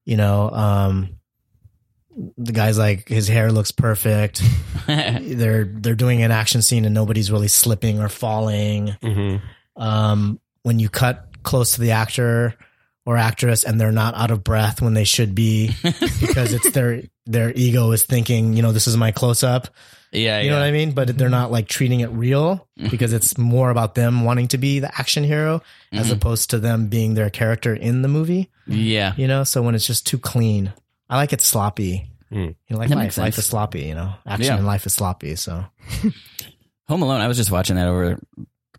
S7: you know, um, the guy's like his hair looks perfect. they're they're doing an action scene and nobody's really slipping or falling.
S4: Mm-hmm.
S7: Um, when you cut close to the actor or actress and they're not out of breath when they should be because it's their their ego is thinking, you know, this is my close up.
S3: Yeah.
S7: You know
S3: yeah.
S7: what I mean? But they're not like treating it real because it's more about them wanting to be the action hero as opposed to them being their character in the movie.
S3: Yeah.
S7: You know, so when it's just too clean, I like it sloppy. You know, like
S3: That makes
S7: life,
S3: sense.
S7: life is sloppy. You know, action
S3: Hmm. Yeah.
S7: and life is sloppy. So
S3: Home Alone. I was just watching that over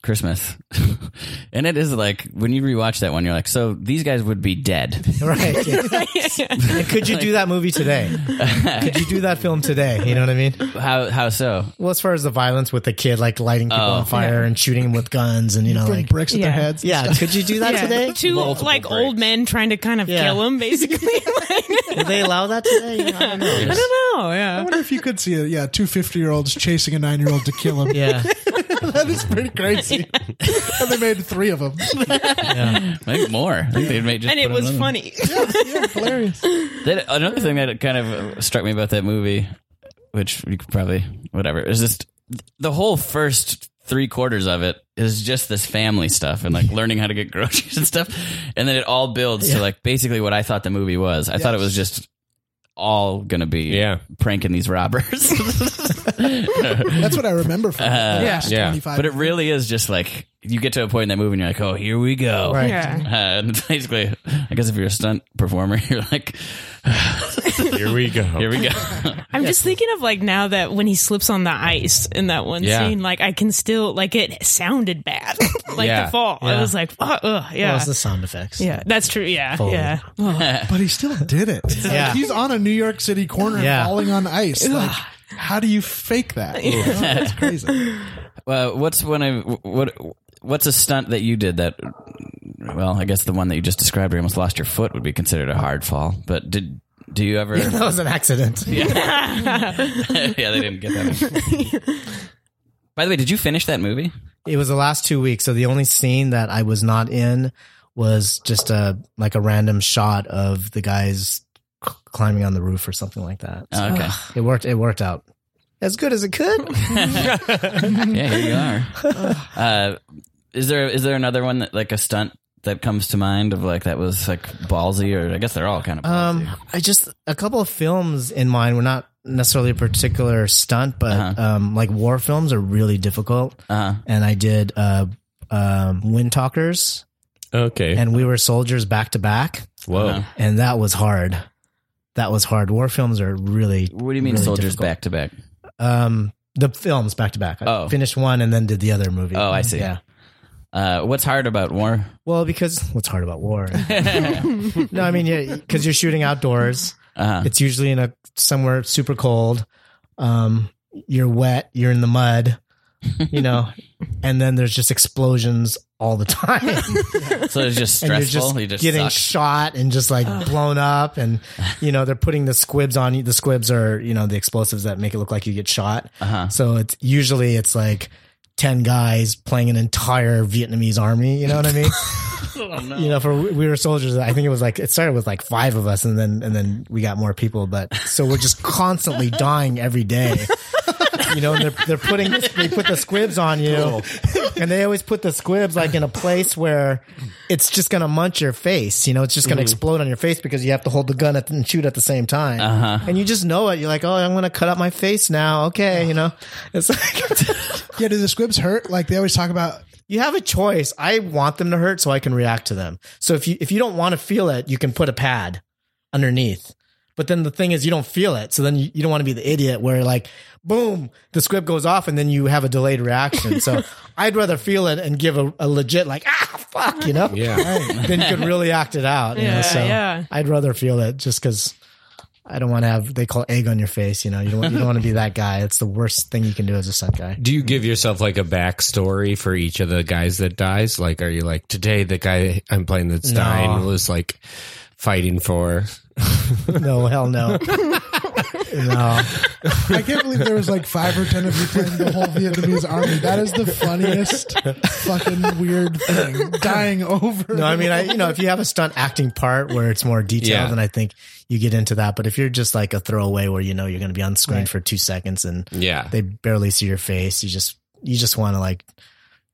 S3: Christmas, and it is like when you rewatch that one, you're like, so these guys would be dead.
S7: right. Yeah. and could you do that movie today? could you do that film today? You know what I mean?
S3: How how so?
S7: Well, as far as the violence with the kid, like lighting people
S3: Oh.
S7: on fire and shooting them with guns, and you know,
S5: throwing
S7: like
S5: bricks at
S6: Yeah.
S5: their heads. and
S7: yeah,
S5: stuff.
S7: could you do that today?
S6: Two like old men trying to kind of
S7: Yeah.
S6: kill him, basically.
S7: Will they allow that today? You know, I don't know.
S6: I don't know.
S5: I
S6: Yeah.
S5: wonder if you could see it. Yeah, two 50 year olds chasing a nine year old to kill him.
S7: Yeah.
S5: that is pretty crazy. and they made three of them.
S3: I think more. I think they made just
S6: And it
S3: put
S6: was
S3: another-
S6: funny.
S5: yeah, hilarious.
S3: That- another thing that kind of struck me about that movie, which you could probably whatever, is just the whole first three quarters of it is just this family stuff and like learning how to get groceries and stuff, and then it all builds to like basically what I thought the movie was. I thought it was just all gonna be
S4: Yeah.
S3: pranking these robbers, Uh,
S5: That's what I remember from it.
S7: Uh,
S3: yeah.
S5: Just
S4: Yeah.
S5: 25.
S3: but it really is just like you get to a point in that movie and you're like, oh, here we go.
S7: Right.
S6: Yeah.
S3: Uh, and basically, I guess if you're a stunt performer, you're like,
S4: here we go.
S3: here we go.
S6: I'm just thinking of like now that when he slips on the ice in that one
S4: Yeah.
S6: scene, like I can still like it sounded bad, like
S4: Yeah.
S6: the fall. I
S7: Yeah.
S6: was like, fuck, ugh, yeah,
S7: Well, it's the sound effects.
S6: yeah, that's true. Yeah,
S7: Forward.
S6: yeah.
S5: but he still did it. Like,
S7: Yeah.
S5: he's on a New York City corner
S7: Yeah.
S5: falling on ice. Like, how do you fake that? You know, That's crazy.
S3: Uh, what's one of what? What's a stunt that you did that Well, I guess the one that you just described, where you almost lost your foot, would be considered a hard fall. But did do you ever?
S7: that was an accident.
S3: yeah, they didn't get that. By the way, did you finish that movie?
S7: It was the last two weeks, so the only scene that I was not in was just a like a random shot of the guys c- climbing on the roof or something like that.
S3: Oh, okay.
S7: It worked. It worked out as good as it could.
S3: yeah, here you are. Uh, is there is there another one that like a stunt that comes to mind of like that was like ballsy or I guess they're all kind of ballsy.
S7: Um, I just a couple of films in mind were not necessarily a particular stunt, but um, like war films are really difficult.
S3: Uh-huh.
S7: And I did uh, um, Wind Talkers,
S4: Okay.
S7: and uh, we were soldiers back to back,
S4: Whoa.
S3: Uh-huh.
S7: and that was hard. That was hard. War films are really
S3: What do you mean
S7: really
S3: soldiers
S7: difficult.
S3: back to back?
S7: Um, the films back to back. I
S3: Oh.
S7: finished one and then did the other movie.
S3: Oh, I see.
S7: Yeah.
S3: Uh, what's hard about war?
S7: Well, because what's hard about war? no, I mean, because you're shooting outdoors.
S3: Uh-huh.
S7: It's usually in a somewhere super cold. Um, you're wet. You're in the mud. You know, and then there's just explosions all the time,
S3: So it's just
S7: and you're
S3: stressful.
S7: just,
S3: you just
S7: getting
S3: suck.
S7: shot and just like blown up, and you know they're putting the squibs on you. The squibs are you know the explosives that make it look like you get shot.
S3: uh-huh.
S7: So it's usually it's like ten guys playing an entire Vietnamese army. You know what I mean?
S3: Oh,
S7: You know, for we were soldiers. I think it was like it started with like five of us, and then and then we got more people. But so we're just constantly dying every day. You know, and they're they're putting they put the squibs on you, and they always put the squibs like in a place where it's just gonna munch your face. You know, it's just gonna explode on your face because you have to hold the gun at, and shoot at the same time, and you just know it. You're like, oh, I'm gonna cut up my face now. Okay, you know, it's like
S5: Yeah, do the squibs hurt? Like they always talk about.
S7: you have a choice. I want them to hurt so I can react to them. So if you if you don't want to feel it, you can put a pad underneath. But then the thing is you don't feel it. So then you, you don't want to be the idiot where like boom, the squib goes off and then you have a delayed reaction. So I'd rather feel it and give a, a legit like ah fuck, you know?
S4: Yeah.
S7: then you can really act it out. You
S6: Yeah,
S7: know? So
S6: yeah.
S7: I'd rather feel it just because I don't want to have they call egg on your face, you know. You don't want you don't want to be that guy. It's the worst thing you can do as a stunt guy.
S4: Do you give yourself like a backstory for each of the guys that dies? Like, are you like today the guy I'm playing that's dying was like fighting for?
S7: No, hell no. no.
S5: I can't believe there was like five or ten of you playing the whole Vietnamese army. That is the funniest fucking weird thing. Dying over.
S7: No, I mean, I you know, if you have a stunt acting part where it's more detailed,
S4: Yeah.
S7: then I think you get into that. But if you're just like a throwaway where you know you're going to be on screen for two seconds and
S4: Yeah.
S7: they barely see your face, you just you just want to like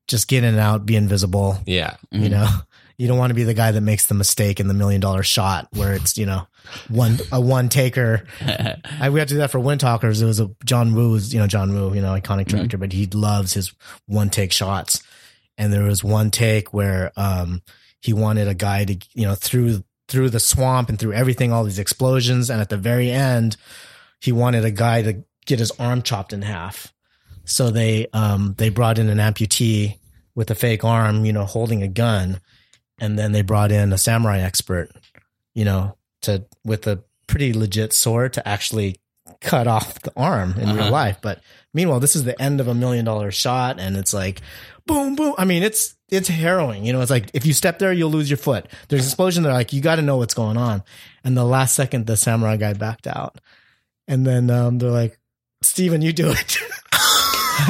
S7: just get in and out, be invisible.
S4: Yeah.
S7: You know, you don't want to be the guy that makes the mistake in the million dollar shot where it's you know one a one taker. I we had to do that for Wind Talkers. It was a John Woo was you know John Woo you know iconic director, but he loves his one take shots. And there was one take where um he wanted a guy to you know through through the swamp and through everything, all these explosions, and at the very end, he wanted a guy to get his arm chopped in half. So they um they brought in an amputee with a fake arm, you know, holding a gun, and then they brought in a samurai expert, you know, to with a pretty legit sword to actually cut off the arm in real life. But meanwhile, this is the end of a million dollar shot, and it's like, boom, boom. I mean, it's it's harrowing. You know, it's like if you step there, you'll lose your foot. There's an explosion. They're like, you got to know what's going on. And the last second, the samurai guy backed out, and then um, they're like, Steven, you do it.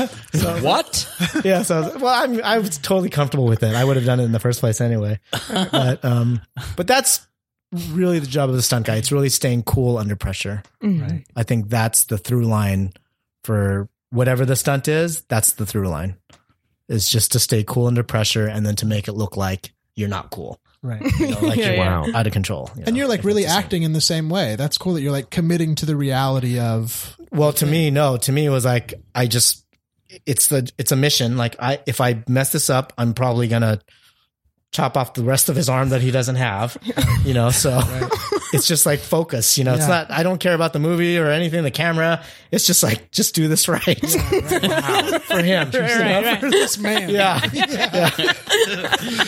S4: What?
S7: yeah, so I was, well, I'm I was totally comfortable with it. I would have done it in the first place anyway. But um, but that's really the job of the stunt guy. It's really staying cool under pressure.
S6: Right.
S7: I think that's the through line for whatever the stunt is. That's the through line. Is just to stay cool under pressure and then to make it look like you're not cool,
S5: Right.
S7: you know, like
S6: Yeah,
S7: you're
S4: yeah.
S7: out of control. you
S5: And
S7: know,
S5: you're like
S7: if
S5: really
S7: that's the same.
S5: acting in the same way. That's cool that you're like committing to the reality of.
S7: Well, to me, no. To me, it was like I just it's the it's a mission. Like I if I mess this up, I'm probably gonna chop off the rest of his arm that he doesn't have. You know, so it's just like focus. You know, it's
S5: Yeah.
S7: not. I don't care about the movie or anything. The camera. It's just like just do this right for him.
S6: Right, right.
S5: This man.
S7: Yeah.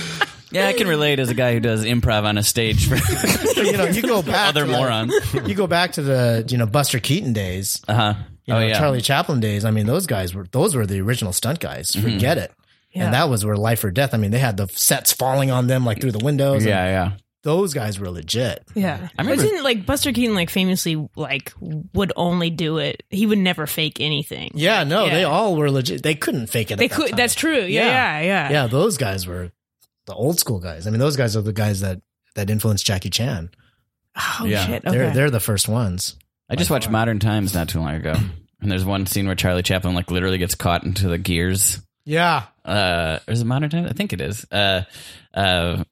S3: Yeah, I can relate as a guy who does improv on a stage for uh-huh.
S7: you know, you go back
S3: other
S7: to the-
S3: morons.
S7: You go back to the you know Buster Keaton days.
S3: Uh huh.
S7: you know,
S3: oh yeah. Mm-hmm.
S7: Charlie Chaplin days. I mean, those guys were those were the original stunt guys. Forget it.
S6: Yeah.
S7: And that was where life or death. I mean, they had the sets falling on them like through the windows. and
S3: Yeah, yeah.
S7: Those guys were legit.
S6: Yeah,
S3: I remember-
S6: Wasn't, like Buster Keaton like famously like would only do it. He would never fake anything.
S7: Yeah, no,
S6: Yeah.
S7: they all were legit. They couldn't fake it.
S6: they
S7: at that
S6: could.
S7: time.
S6: That's true. Yeah, yeah,
S7: Yeah.
S6: yeah.
S7: yeah, those guys were the old school guys. I mean, those guys are the guys that that influenced Jackie Chan.
S6: Oh
S3: Yeah.
S6: shit! Okay.
S7: They're they're the first ones.
S3: I just watched Modern Times not too long ago, and there's one scene where Charlie Chaplin like literally gets caught into the gears.
S7: Yeah,
S3: Uh, is it Modern Times? I think it is. Uh, uh,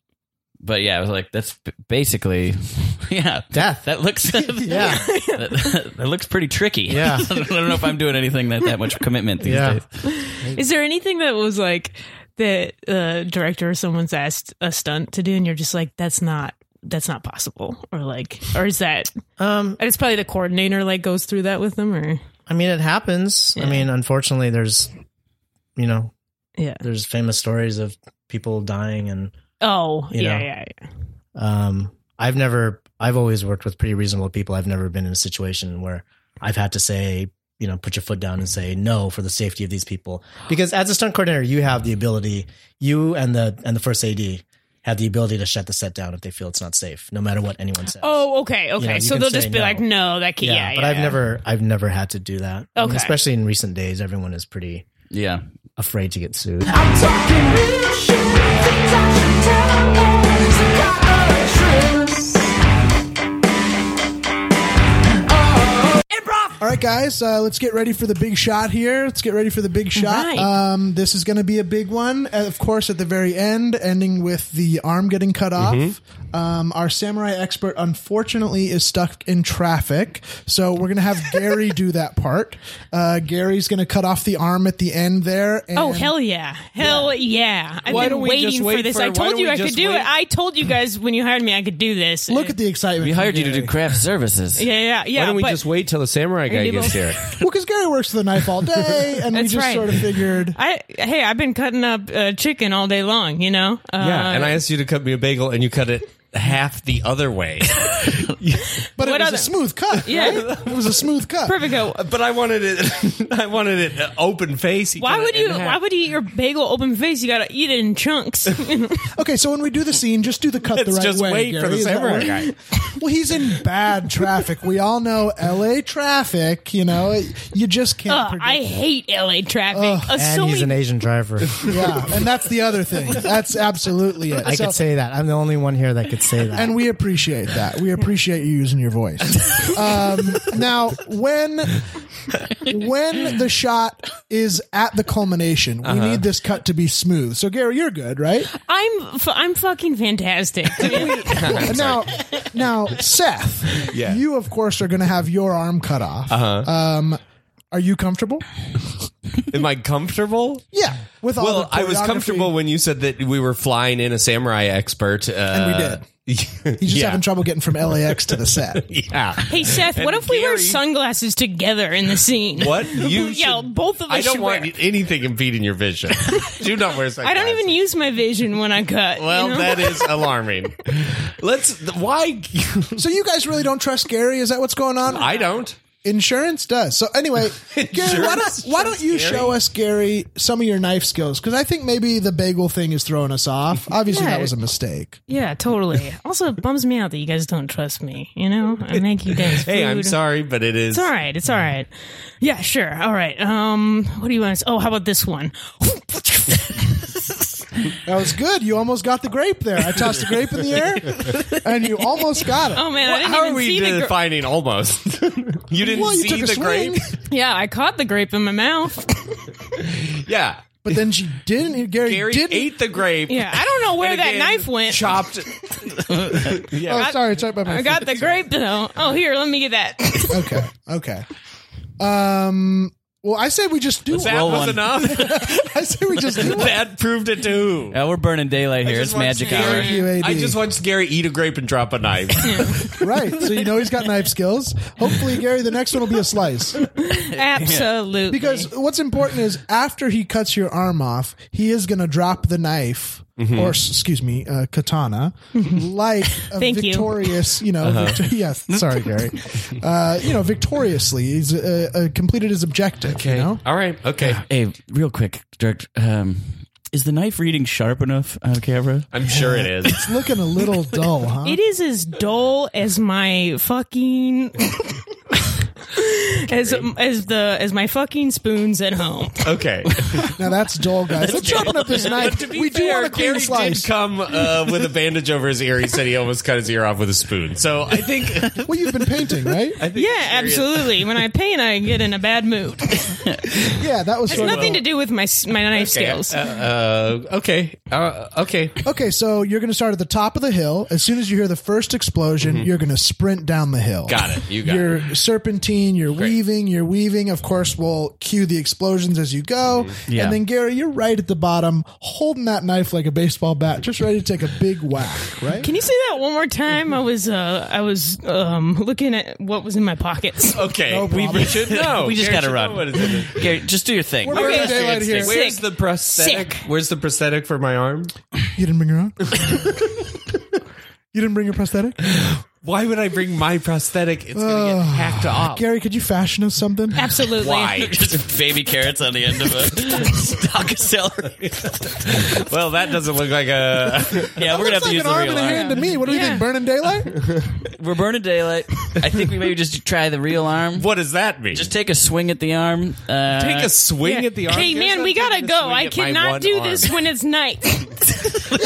S3: but yeah, I was like, that's b- basically, yeah,
S7: death.
S3: that looks,
S7: Yeah.
S3: that, that looks pretty tricky.
S7: Yeah.
S3: I don't know if I'm doing anything that that much commitment these
S7: Yeah.
S3: days.
S6: Is there anything that was like that uh, director or someone's asked a stunt to do, and you're just like, that's not that's not possible, or like, or is that?
S7: Um,
S6: And it's probably the coordinator like goes through that with them, or
S7: I mean, it happens. I mean, unfortunately, there's you know,
S6: yeah.
S7: there's famous stories of people dying and
S6: Oh
S7: You
S6: yeah,
S7: know.
S6: yeah, yeah.
S7: um I've never I've always worked with pretty reasonable people. I've never been in a situation where I've had to say, you know, put your foot down and say no for the safety of these people. Because as a stunt coordinator, you have the ability, you and the and the first AD have the ability to shut the set down if they feel it's not safe, no matter what anyone says.
S6: Oh okay, okay.
S7: You know, you
S6: so
S7: can
S6: they'll
S7: say
S6: just be
S7: no.
S6: like, no, that can't.
S7: yeah,
S6: Yeah, yeah
S7: but I've
S6: yeah.
S7: never I've never had to do that. I mean,
S6: Okay.
S7: especially in recent days, everyone is pretty
S3: Yeah.
S7: afraid to get sued.
S5: All right, guys, uh, let's get ready for the big shot here. Let's get ready for the big shot.
S6: Right.
S5: Um, this is going to be a big one. Uh, Of course, at the very end, ending with the arm getting cut off.
S3: Mm-hmm.
S5: Um, our samurai expert, unfortunately, is stuck in traffic. So we're going to have Gary do that part. Uh, Gary's going to cut off the arm at the end there. And
S6: Oh hell yeah, hell yeah! I've
S4: Why
S6: been
S4: don't we just
S6: waiting for
S4: wait
S6: this.
S4: for-
S6: I
S4: why
S6: told
S4: don't
S6: you
S4: we
S6: I could
S4: just
S6: do
S4: wait?
S6: it. I told you guys when you hired me I could do this.
S5: Look at the excitement.
S3: We hired you to do craft services.
S6: yeah, yeah, yeah.
S4: Why don't we
S6: but-
S4: just wait till the samurai guy
S6: Maybe
S4: gets
S6: we'll-
S4: here?
S5: Well, because Gary works the knife all day, and we
S6: That's
S5: just
S6: right.
S5: sort of figured.
S6: I hey, I've been cutting up uh, chicken all day long. You know. Uh,
S4: Yeah, and I asked you to cut me a bagel, and you cut it half the other way.
S5: But
S6: What
S5: it was
S6: other-
S5: a smooth cut.
S6: Yeah.
S5: right? it was a smooth cut.
S6: perfect. go-
S4: but I wanted it. I wanted it open face.
S6: Why would you? Why would you eat your bagel open face? You gotta eat it in chunks.
S5: Okay, so when we do the scene, just do the cut the
S4: Let's
S5: right
S4: just
S5: way.
S4: wait
S5: Gary.
S4: for the
S5: Is that
S4: samurai
S5: right?
S4: guy.
S5: Well, he's in bad traffic. We all know L.A. traffic. You know, you just can't.
S6: Ugh,
S5: predict-
S6: I hate LA traffic.
S7: And he's
S6: Assuming
S7: an Asian driver.
S5: yeah, and that's the other thing. That's absolutely it.
S7: I
S5: So-
S7: could say that. I'm the only one here that could say that.
S5: and we appreciate that. We appreciate you using your voice. Um, now, when when the shot is at the culmination, we
S7: Uh-huh.
S5: need this cut to be smooth. So, Gary, you're good, right?
S6: I'm f- I'm fucking fantastic.
S5: now, now, Seth,
S4: Yeah.
S5: you of course are going to have your arm cut off. Uh-huh. Um, are you comfortable?
S4: Am I comfortable?
S5: Yeah, with all
S4: Well,
S5: the
S4: I was
S5: choreography.
S4: comfortable when you said that we were flying in a samurai expert, uh,
S5: And
S4: we did.
S5: He's just
S4: yeah,
S5: having trouble getting from LAX to the set.
S4: yeah.
S6: hey Seth, what
S4: And
S6: if we wear
S4: Gary-
S6: sunglasses together in the scene?
S4: What you?
S6: Yeah,
S4: should-
S6: both of us.
S4: I don't
S6: should
S4: want
S6: wear-
S4: anything impeding your vision. Do not wear
S6: I don't even
S4: sunglasses.
S6: use my vision when I cut. you
S4: Well,
S6: know?
S4: that is alarming. Let's. th- Why?
S5: so you guys really don't trust Gary? Is that what's going on?
S4: I don't.
S5: Insurance does. So anyway, Gary, why don't,
S4: Insurance
S5: why don't you
S4: trusts
S5: show
S4: Gary?
S5: us, Gary, some of your knife skills? Because I think maybe the bagel thing is throwing us off. Obviously,
S6: Yeah.
S5: that was a mistake.
S6: yeah, totally. Also, it bums me out that you guys don't trust me. You know, I make you guys.
S4: Hey, I'm
S6: food.
S4: sorry, Mm. but it is.
S6: It's all right. It's all right. Yeah, sure. All right. Um, what do you want? To, oh, how about this one?
S5: That was good. You almost got the grape there. I tossed the grape in the air, and you almost got it.
S6: Oh man, I didn't
S4: How
S6: even
S4: are we
S6: see the gra-
S4: defining almost? you didn't
S5: well, you
S4: see
S5: took a
S4: the
S5: swing,
S4: grape?
S6: Yeah, I caught the grape in my mouth.
S4: Yeah.
S5: but then she didn't. Gary,
S4: Gary
S5: didn't.
S4: ate the grape.
S6: Yeah, I don't know where
S4: and
S6: that
S4: again,
S6: knife went.
S4: Chopped.
S5: oh,
S4: yeah.
S5: sorry, sorry about my.
S6: I got the grape though. Oh, here, let me get that.
S5: okay, okay. Um. Well, I say we just do.
S4: that
S5: one.
S4: was
S3: one.
S4: enough.
S5: I say we just do. one.
S4: that proved it to who?
S3: Yeah, we're burning daylight here. It's
S4: Just watched
S3: magic
S4: Gary-
S3: hour.
S5: UAB.
S4: I just watched Gary eat a grape and drop a knife.
S5: right. So you know he's got knife skills. Hopefully, Gary, the next one will be a slice.
S6: Absolutely.
S4: uh-huh.
S5: Because what's important is after he cuts your arm off, he is going to drop the knife
S4: Mm-hmm.
S5: or s- excuse me, uh, katana, like a
S6: Thank you.
S5: victorious, you, know,
S4: Uh-huh.
S5: victor- yes, sorry, Gary, uh, you know, victoriously, he's uh, uh, completed his objective. You know?
S4: All right. Okay.
S3: Hey, real quick, Dirk. Um, is the knife reading sharp enough on camera?
S4: I'm sure it is.
S5: It's looking a little dull, huh?
S6: It is as dull as my fucking as as the as my fucking spoons at home.
S4: Okay.
S5: Now that's dull, guys. Let's chopping up this
S4: But
S5: knife.
S4: to be
S5: We do
S4: fair,
S5: want a clean
S4: Gary
S5: slice.
S4: did come uh, with a bandage over his ear. He said he almost cut his ear off with a spoon. So I think,
S5: Well, you've been painting, right?
S4: I think
S6: Yeah, absolutely. When I paint, I get in a bad mood.
S5: Yeah, that was
S6: It's
S5: sort of-
S6: nothing to do with my s- my knife skills.
S4: Uh, uh, okay. Uh, okay.
S5: Okay, so you're going to start at the top of the hill. As soon as you hear the first explosion, you're going to sprint down the hill.
S4: Mm-hmm. Got it. You got
S5: you're
S4: it.
S5: serpentine, you're weaving, you're weaving. Of course, we'll cue the explosions as you go.
S4: Mm-hmm.
S3: Yeah.
S5: And then, Gary, you're right at the bottom, holding that knife like a baseball bat, just ready to take a big whack, right?
S6: Can you say that one more time? I was uh, I was um, looking at what was in my pockets.
S4: Okay. we,
S5: problem.
S4: should know.
S3: We just
S4: Gary
S3: gotta
S4: should
S3: run.
S4: know what it is.
S3: Gary, just do your thing.
S5: We're burning
S6: Okay.
S5: daylight here.
S6: Sick.
S4: Where's the prosthetic?
S6: Sick.
S4: Where's the prosthetic for my arm?
S5: You didn't bring your own? you didn't bring your prosthetic?
S4: Why would I bring my prosthetic? It's gonna get hacked off.
S5: Gary, could you fashion us something?
S6: Absolutely.
S4: Why?
S3: Just baby carrots on the end of a stalk of celery.
S4: well, that doesn't look like a.
S3: Yeah, we're gonna have
S5: Looks
S3: to
S5: like
S3: use
S5: an
S3: the
S5: arm
S3: real
S5: and a
S3: arm.
S5: hand to me. What do you
S6: Yeah.
S5: think? Burning daylight?
S3: We're burning daylight. I think we maybe just try the real arm.
S4: What does that mean?
S3: Just take a swing at the arm. Uh,
S4: Take a swing at the arm.
S6: Hey
S4: Here's
S6: man,
S4: what
S6: we
S4: I'm
S6: gotta
S4: gonna
S6: go.
S4: swing
S6: I
S4: at my one
S6: cannot do
S4: arm.
S6: this when it's night.
S4: You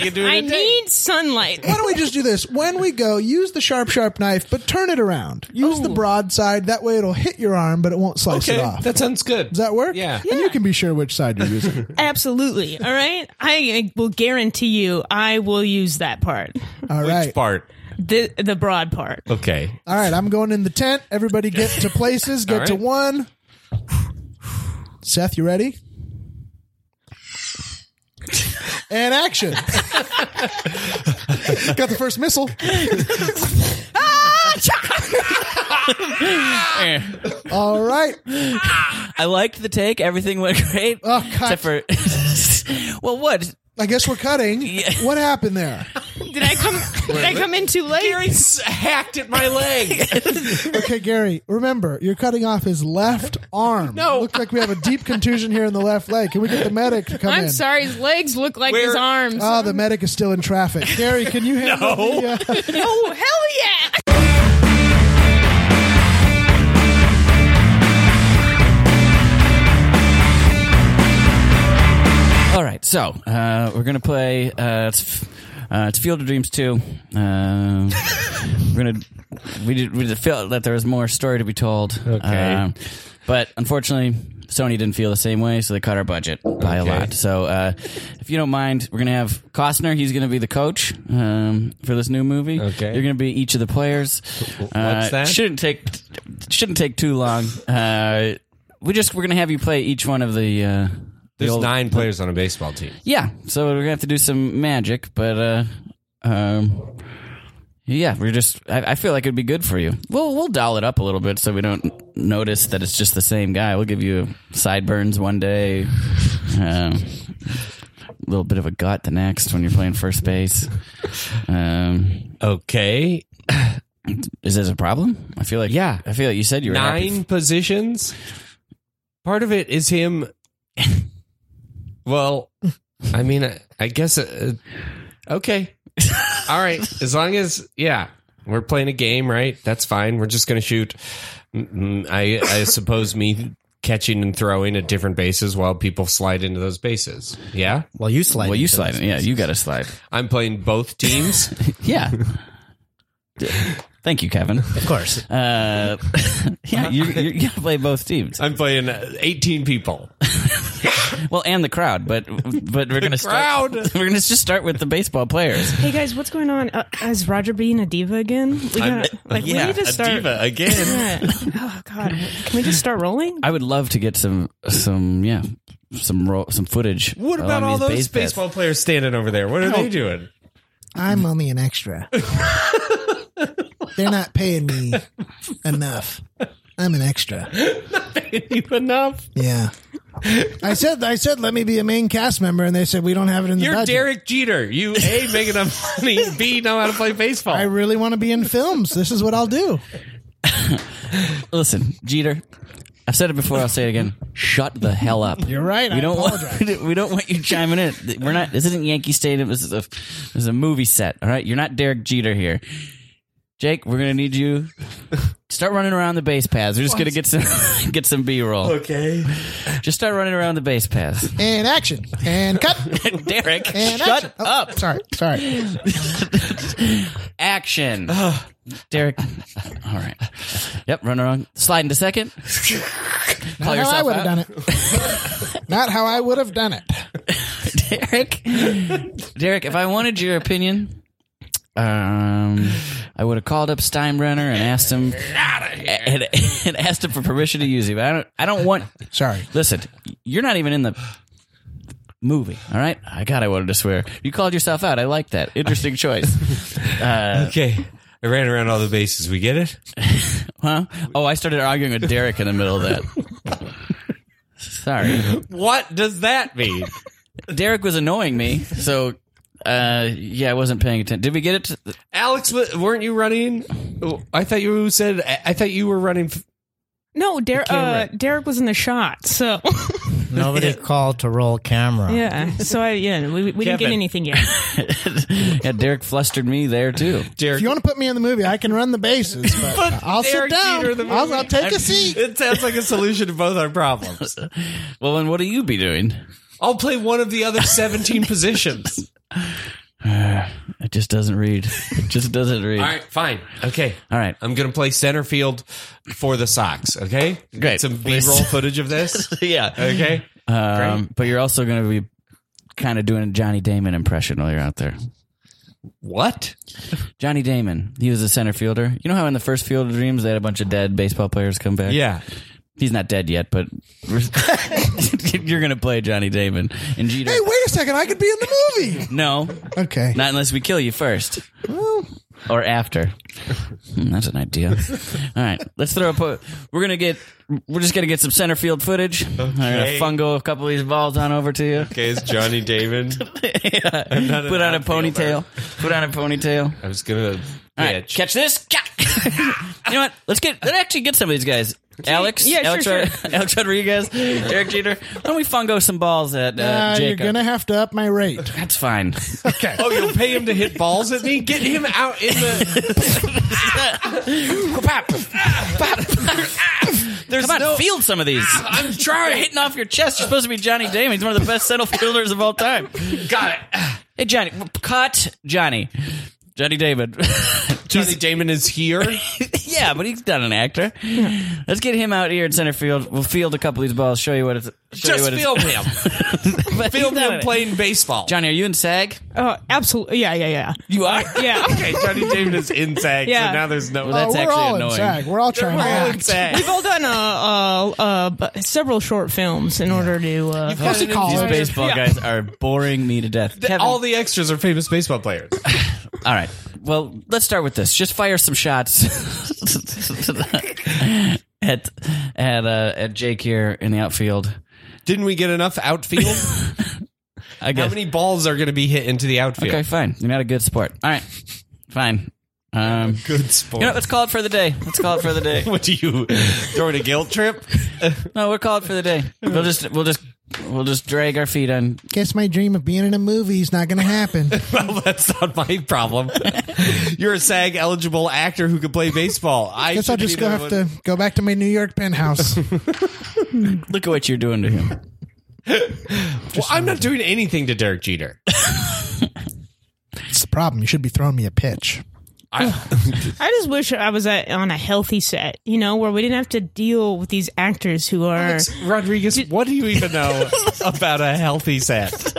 S4: can do it
S6: I
S4: at day.
S6: need sunlight.
S5: Why don't we just do this? When we go, use the sharp, sharp knife, but turn it around. Use the broad side. That way it'll hit your arm, but it won't slice it
S4: Okay,
S5: off.
S4: that sounds good.
S5: Does that work?
S4: Yeah.
S5: And you can be sure which side you're using.
S6: Absolutely. All right. I will guarantee you, I will use that part,
S5: All right.
S4: part?
S6: the the broad part.
S4: Okay.
S5: All right. I'm going in the tent. Everybody get to places. Get to
S4: right.
S5: one. Seth, you ready? And action. Got the first missile.
S6: Ah.
S3: Eh.
S5: All right.
S3: I liked the take. Everything went great.
S5: Oh, cut.
S3: except for. well, what?
S5: I guess we're cutting. What happened there?
S6: Did I come? did I come in too late?
S4: hacked at my leg.
S5: Okay, Gary, remember, you're cutting off his left arm. No. Looks like we have a deep contusion here in the left leg. Can we get the medic to come
S6: I'm
S5: in?
S6: sorry. His legs look like
S4: Where-
S6: his arms.
S5: Oh, the medic is still in traffic. Gary, can you
S4: No.
S5: handle the, uh,
S6: oh hell yeah!
S3: All right, so uh, we're gonna play. Uh, it's, uh, it's Field of Dreams two. Uh, we're gonna we did, we did feel that there was more story to be told. Um,
S4: Okay.
S3: but unfortunately, Sony didn't feel the same way, so they cut our budget by a
S4: Okay.
S3: lot. So uh, if you don't mind, we're gonna have Costner. He's gonna be the coach um, for this new movie.
S4: Okay.
S3: you're gonna be each of the players. What's
S4: that?
S3: Shouldn't take shouldn't take too long. Uh, we just we're gonna have you play each one of the. Uh, the
S4: There's
S3: old-
S4: nine players on a baseball team.
S3: yeah, so we're gonna have to do some magic, but uh, um, yeah, we're just. I, I feel like it'd be good for you. We'll we'll doll it up a little bit so we don't notice that it's just the same guy. We'll give you sideburns one day, um, a little bit of a gut the next when you're playing first base. Um,
S4: Okay.
S3: is this a problem? I feel like
S4: Yeah.
S3: I feel like you said you were happy.
S4: Nine positions. Part of it is him. Well, I mean, I, I guess. Uh, okay. All right. As long as, yeah, we're playing a game, right? That's fine. We're just going to shoot. Mm, mm, I, I suppose me catching and throwing at different bases while people slide into those bases. Yeah.
S7: Well, you slide.
S3: Well, you
S7: into
S3: slide.
S7: this.
S3: in. Yeah, you got to slide.
S4: I'm playing both teams.
S3: Yeah. Thank you, Kevin.
S7: Of course.
S3: Uh, yeah, you you you gotta play both teams.
S4: I'm playing uh, 18 people.
S3: Well, and the crowd, but but we're gonna start.
S4: crowd.
S3: We're gonna just start with the baseball players.
S6: Hey guys, what's going on? Uh, is Roger being a diva again? We got like we need to start.
S4: again.
S6: Yeah. Oh god, can we just start rolling?
S3: I would love to get some some yeah some ro- some footage.
S4: What about
S3: along these
S4: all those
S3: base paths.
S4: baseball players standing over there? What are they doing?
S5: I'm only an extra. They're not paying me enough. I'm an extra.
S4: enough.
S5: Yeah. I said I said let me be a main cast member and they said we don't have it in the
S4: You're
S5: budget.
S4: Derek Jeter. You a make enough money. B know how to play baseball.
S5: I really want to be in films. This is what I'll do.
S3: Listen, Jeter, I've said it before. I'll say it again. Shut the hell up.
S5: You're right.
S3: We
S5: I
S3: don't want
S5: apologize.
S3: we don't want you chiming in. We're not. This isn't Yankee Stadium. This is a this is a movie set. All right. You're not Derek Jeter here. Jake, we're gonna need you. Start running around the base paths. We're just gonna get some get some B roll.
S7: Okay.
S3: Just start running around the base paths.
S5: And action. And cut.
S3: Derek,
S5: And
S3: shut
S5: action. Oh,
S3: up.
S5: Sorry. Sorry.
S3: Action. Derek. All right. Yep. Run around. Slide into second. Call
S5: Not how I
S3: yourself
S5: would
S3: out.
S5: have done it. Not how I would have done it.
S3: Derek. Derek, if I wanted your opinion, um, I would have called up Steinbrenner and asked him and, and asked him for permission to use you. But I don't. I don't want.
S5: Sorry.
S3: Listen, you're not even in the movie. All right. I God, I wanted to swear. You called yourself out. I like that. Interesting choice.
S4: Okay. I ran around all the bases. We get it?
S3: Huh? Oh, I started arguing with Derek in the middle of that. Sorry.
S4: What does that mean?
S3: Derek was annoying me, so uh, yeah, I wasn't paying attention. Did we get it? To the-
S4: Alex, w- weren't you running? Oh, I thought you said, I I thought you were running. f-
S6: No, Der- uh,
S4: camera.
S6: Derek was in the shot, so
S7: Nobody called to roll camera.
S6: yeah. So I yeah, we, we didn't get
S4: Kevin.
S6: anything yet.
S3: yeah, Derek flustered me there too.
S4: Derek.
S5: If you want to put me in the movie, I can run the bases, but I'll
S4: Derek
S5: sit down.
S4: Jeter in the
S5: I'll,
S4: movie.
S5: I'll take a seat.
S4: it sounds like a solution to both our problems.
S3: Well, then what do you be doing?
S4: I'll play one of the other 17 positions.
S3: It just doesn't read. It just doesn't read.
S4: All right, fine. Okay.
S3: All right.
S4: I'm going to play center field for the Sox, okay?
S3: Great.
S4: Some B-roll footage of this,
S3: yeah.
S4: okay?
S3: Um, but you're also going to be kind of doing a Johnny Damon impression while you're out there.
S4: What?
S3: Johnny Damon, he was a center fielder. You know how in the first Field of Dreams they had a bunch of dead baseball players come back?
S4: Yeah.
S3: He's not dead yet, but you're going to play Johnny Damon. And Jeter.
S5: Hey, wait a second. I could be in the movie.
S3: no,
S5: Okay.
S3: Not unless we kill you first. or after. Hmm, that's an idea. All right, let's throw a po- We're gonna get. We're just gonna get some center field footage. I'm gonna
S4: Okay.
S3: fungo a couple of these balls on over to you.
S4: Okay, it's Johnny Damon. not an
S3: Put on a
S4: outfielder.
S3: ponytail. Put on a ponytail.
S4: I was going to
S3: All right,
S4: pitch.
S3: catch this. you know what? Let's get. Let's actually get some of these guys. Alex,
S6: yeah,
S3: Alex,
S6: sure,
S3: Rod- Alex Rodriguez, Derek Jeter. Why don't we fungo some balls at uh,
S5: Uh, you're
S3: Jacob?
S5: going to have to up my rate.
S3: That's fine.
S5: Okay.
S4: Oh, you'll pay him to hit balls at me? Get him out in the.
S3: There's Come on, field some of these. I'm trying. Hitting off your chest. You're supposed to be Johnny Damon. He's one of the best center fielders of all time.
S4: Got it.
S3: Hey, Johnny. Cut Johnny. Johnny Damon.
S4: Johnny Damon is here.
S3: yeah, but he's not an actor. Let's get him out here in center field. We'll field a couple of these balls. Show you what it's. Show you what
S4: Just
S3: it's-
S4: film him.
S3: But he's
S4: Film
S3: not
S4: him
S3: an-
S4: playing baseball.
S3: Johnny, are you in SAG?
S6: Oh, absolutely. Yeah, yeah, yeah,
S3: You are.
S6: yeah.
S4: Okay, Johnny Damon is in SAG,
S6: Yeah.
S4: so now there's no.
S3: Well, that's
S5: oh, we're
S3: actually
S5: all
S3: annoying.
S5: in SAG. We're all trying to
S4: All in
S5: act.
S4: SAG.
S6: We've all done uh, uh, uh, b- several short films in order to. Uh,
S5: What's it called?
S3: These baseball
S6: Yeah.
S3: guys are boring me to death. Kevin.
S4: All the extras are famous baseball players.
S3: All right. Well, let's start with this. Just fire some shots at at uh, at Jake here in the outfield.
S4: Didn't we get enough outfield?
S3: I
S4: How
S3: guess.
S4: many balls are going to be hit into the outfield?
S3: okay, fine. You're not a good sport. All right, fine. Um,
S4: Good sport.
S3: you know, what? let's call it for the day. Let's call it for the day.
S4: what do you throwing a guilt trip?
S3: No, we're called for the day. We'll just we'll just we'll just drag our feet on.
S5: Guess my dream of being in a movie is not going to happen.
S4: Well, that's not my problem. You're a SAG eligible actor who can play baseball. I
S5: Guess I'll
S4: should be
S5: just go
S4: the
S5: have
S4: one-
S5: to go back to my New York penthouse.
S3: Look at what you're doing to him.
S4: Well, I'm not doing anything to Derek Jeter.
S5: It's the problem. You should be throwing me a pitch.
S4: I,
S6: I just wish I was at, on a healthy set, you know, where we didn't have to deal with these actors who are.
S4: Rodriguez, what do you even know about a healthy set?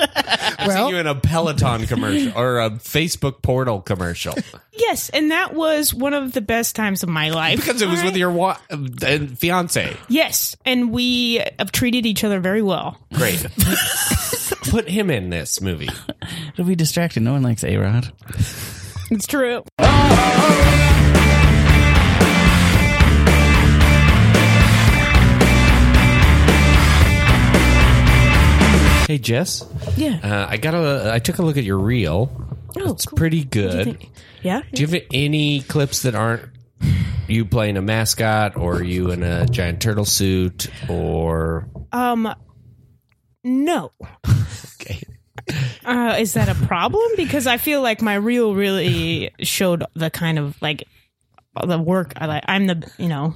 S5: Well,
S4: you in a Peloton commercial or a Facebook portal commercial
S6: Yes, and that was one of the best times of my life
S4: because it was
S6: All
S4: with
S6: right?
S4: your wa- uh, fiance.
S6: Yes, and we have treated each other very well.
S4: Great. Put him in this movie.
S3: Don't be distracted. No one likes A Rod.
S6: It's true.
S4: Hey Jess,
S6: Yeah.
S4: uh, I got a. I took a look at your reel.
S6: oh,
S4: It's
S6: cool.
S4: pretty
S6: What do you
S4: good.
S6: think? Yeah.
S4: Do you have any clips that aren't you playing a mascot or you in a giant turtle suit or
S6: Um, no.
S4: okay.
S6: Uh, is that a problem? Because I feel like my reel really showed the kind of like the work I like. I'm the you know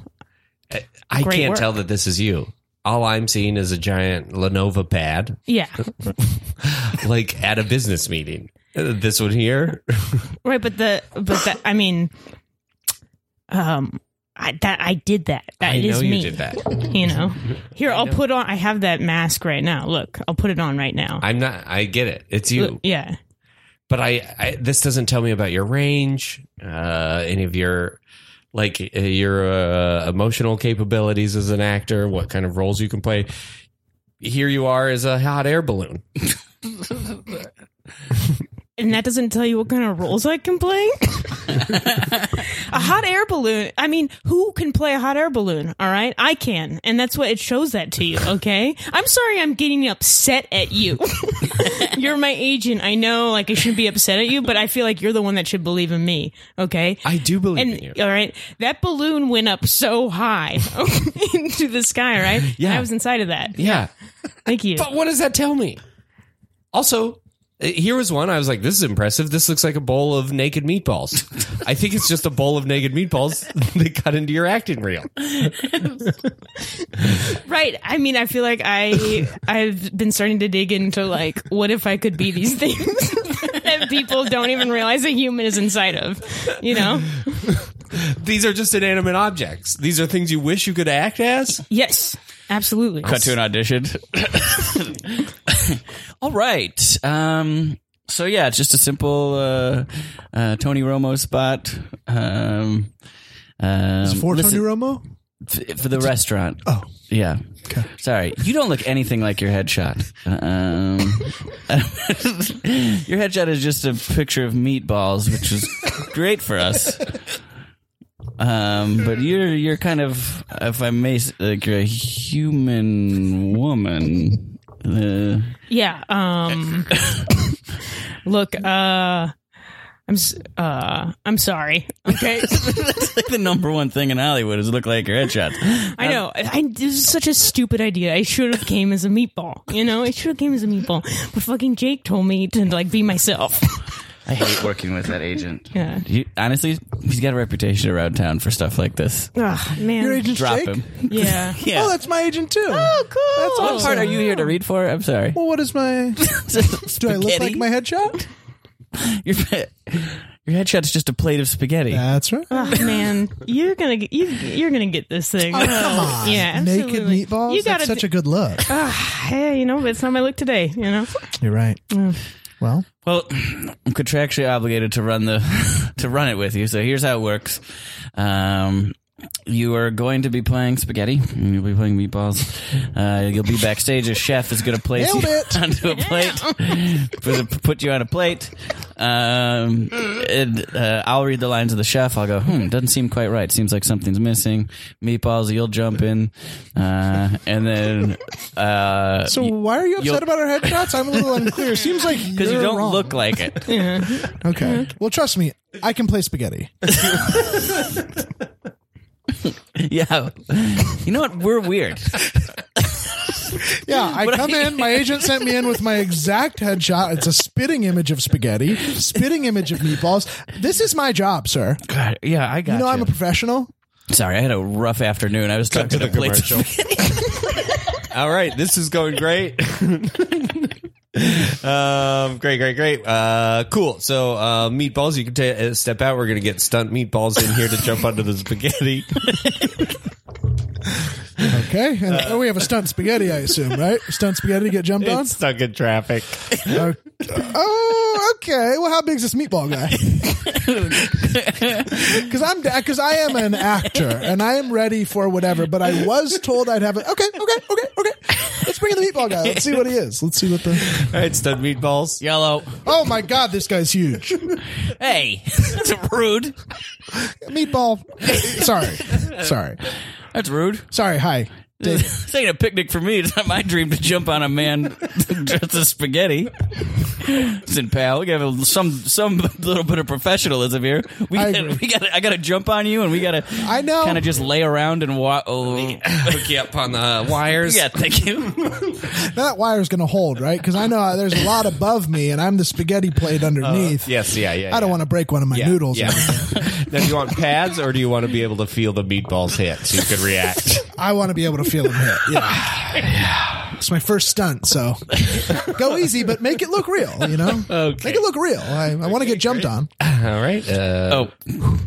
S4: I
S6: Great
S4: can't
S6: work.
S4: tell that this is you. All I'm seeing is a giant Lenovo pad,
S6: yeah
S4: like at a business meeting. Uh, This one here,
S6: right. But the but the, I mean, um, I that I did that. That
S4: I
S6: is
S4: know you
S6: me.
S4: did that.
S6: You know, here I'll put on. I have that mask right now. Look, I'll put it on right now.
S4: I'm not. I get it. It's you.
S6: Look, yeah.
S4: but I, I this doesn't tell me about your range, uh, any of your like uh, your uh, emotional capabilities as an actor, what kind of roles you can play. Here you are as a hot air balloon.
S6: and that doesn't tell you what kind of roles I can play. a hot air balloon. I mean, who can play a hot air balloon? All right, I can, and that's what it shows that to you. Okay, I'm sorry, I'm getting upset at you. you're my agent. I know, like I shouldn't be upset at you, but I feel like you're the one that should believe in me. Okay,
S4: I do believe in you.
S6: and all right, that balloon went up so high into the sky. Right?
S4: Yeah.
S6: I was inside of that.
S4: Yeah,
S6: Thank you.
S4: but what does that tell me? Also, uh, here was one. I was like, "This is impressive. This looks like a bowl of naked meatballs." I think it's just a bowl of naked meatballs that cut into your acting reel.
S6: Right. I mean, I feel like I I've been starting to dig into like, what if I could be these things that people don't even realize a human is inside of, you know?
S4: These are just inanimate objects. These are things you wish you could act as.
S6: Yes, absolutely.
S3: Cut to an audition. All right. Um, so yeah, it's just a simple uh, uh, Tony Romo spot. Um, um,
S5: It's for
S3: listen-
S5: Tony Romo?
S3: f- for the restaurant. Oh, yeah. Sorry, you don't look anything like your headshot. Um, your headshot is just a picture of meatballs, which is great for us. Um, but you're you're kind of, if I may, s- like you're a human woman. Uh,
S6: Yeah. Um Look, uh I'm s- uh I'm sorry. Okay.
S3: that's like the number one thing in Hollywood is look like your headshots.
S6: I know. I, this is such a stupid idea. I should have came as a meatball. You know, I should have came as a meatball. But fucking Jake told me to like be myself.
S3: I hate working with that agent.
S6: Yeah.
S3: He, honestly, he's got a reputation around town for stuff like this.
S6: Oh man.
S5: Your agent
S3: Drop
S5: Jake?
S3: him.
S6: yeah.
S3: Yeah.
S5: Oh, that's my agent too.
S6: Oh, cool.
S5: That's
S3: What part are you here to read for? I'm sorry.
S5: Well, what is my? Do I look like
S3: Spaghetti?
S5: my headshot?
S3: Your, your headshot's just a plate of spaghetti.
S5: That's right.
S6: Oh, man, you're gonna get you, you're gonna get this thing.
S5: Oh, come on.
S6: yeah,
S5: Naked
S6: absolutely.
S5: meatballs.
S6: You
S5: That's
S6: gotta Uh,
S5: such
S6: do-
S5: a good look.
S6: Hey, you know, but it's not my look today. You know,
S5: You're right.
S6: mm.
S5: Well,
S3: Well, I'm contractually obligated to run the to run it with you. So here's how it works. Um, you are going to be playing spaghetti. and You'll be playing meatballs. Uh, you'll be backstage. A chef is going to place
S5: Nailed
S3: you
S5: it.
S3: onto a plate. Put a- put you on a plate. Um, and, uh, I'll read the lines of the chef. I'll go. Hmm, doesn't seem quite right. Seems like something's missing. Meatballs. You'll jump in, uh, and then uh,
S5: so why are you
S3: you'll-
S5: upset about our headshots? I'm a little unclear. Seems like
S3: because you
S5: you're
S3: don't
S5: wrong.
S3: look like it.
S5: Okay.
S6: Mm-hmm.
S5: Well, trust me, I can play spaghetti.
S3: Yeah. You know what? We're weird.
S5: Yeah, I come in. My agent sent me in with my exact headshot. It's a spitting image of spaghetti, spitting image of meatballs. This is my job, sir.
S3: God, yeah, I got
S5: You know I'm a professional.
S3: Sorry, I had a rough afternoon. I was talking to the plates.
S4: All right, this is going great. um, great, great, great. Uh, cool. So, uh, meatballs, you can ta- uh, step out. We're gonna get stunt meatballs in here to jump onto the spaghetti.
S5: Okay, and
S3: Uh,
S5: oh, we have a stunt spaghetti, I assume, right? Stunt spaghetti to get jumped on.
S4: it's stuck in traffic.
S5: Oh, oh, okay. Well, how big's this meatball guy? Because I'm because I am an actor and I am ready for whatever. But I was told I'd have it. Okay, okay, okay, okay. Let's bring in the meatball guy. Let's see what he is. Let's see what the.
S4: All right, stunt meatballs.
S3: Yellow.
S5: Oh my God, this guy's huge.
S3: Hey, that's rude.
S5: Meatball. Sorry, sorry,
S3: That's rude.
S5: sorry. Hi. Dave.
S3: This ain't a picnic for me. It's not my dream to jump on a man dressed as spaghetti. Listen, pal, we gotta have a- some some little bit of professionalism here. We
S5: I
S3: gotta,
S5: agree.
S3: we gotta I gotta jump on you, and we gotta
S5: I know.
S3: kind of just lay around and walk. Oh,
S4: Hook you up on the uh, wires.
S3: yeah, thank you.
S5: that wire's going to hold, right? Because I know there's a lot above me, and I'm the spaghetti plate underneath.
S4: Yes, yeah, Uh, yeah.
S5: I don't want to break one of my noodles.
S4: Yeah. now, do you want pads or do you want to be able to feel the meatballs hit so you could react?
S5: I want to be able to feel them hit. Yeah. It's my first stunt, so go easy, but make it look real. You know,
S4: Okay.
S5: make it look real. I, I want to get jumped on.
S4: All right. Uh,
S3: Oh.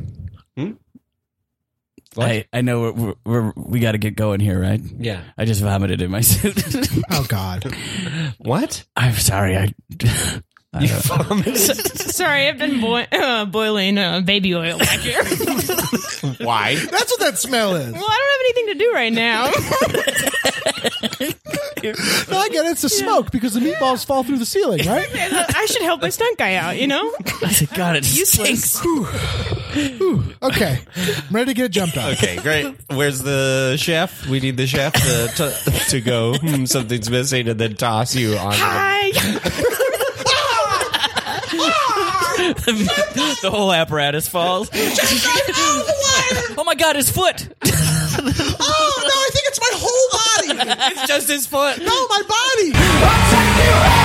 S3: I, I know we're, we're, we're, we got to get going here, right?
S4: Yeah.
S3: I just vomited in my suit.
S5: Oh God,
S4: What?
S3: I'm sorry. I, I don't-
S6: Sorry, I've been boi- uh, boiling uh, baby oil back here. well,
S4: Why?
S5: that's what that smell is.
S6: I don't have anything to do right now.
S5: No, I get it. It's the smoke because the meatballs fall through the ceiling, right?
S6: I should help my stunt guy out, you know?
S3: I said, God, it stinks.
S5: Okay, I'm ready to get jumped on.
S4: Okay, great. Where's the chef? We need the chef to, to, to go. Hmm, something's missing, and then toss you on.
S6: Hi.
S3: the whole apparatus falls. oh my God, his foot!
S5: Oh no, I think it's my whole body.
S3: It's just his foot.
S5: No, my body.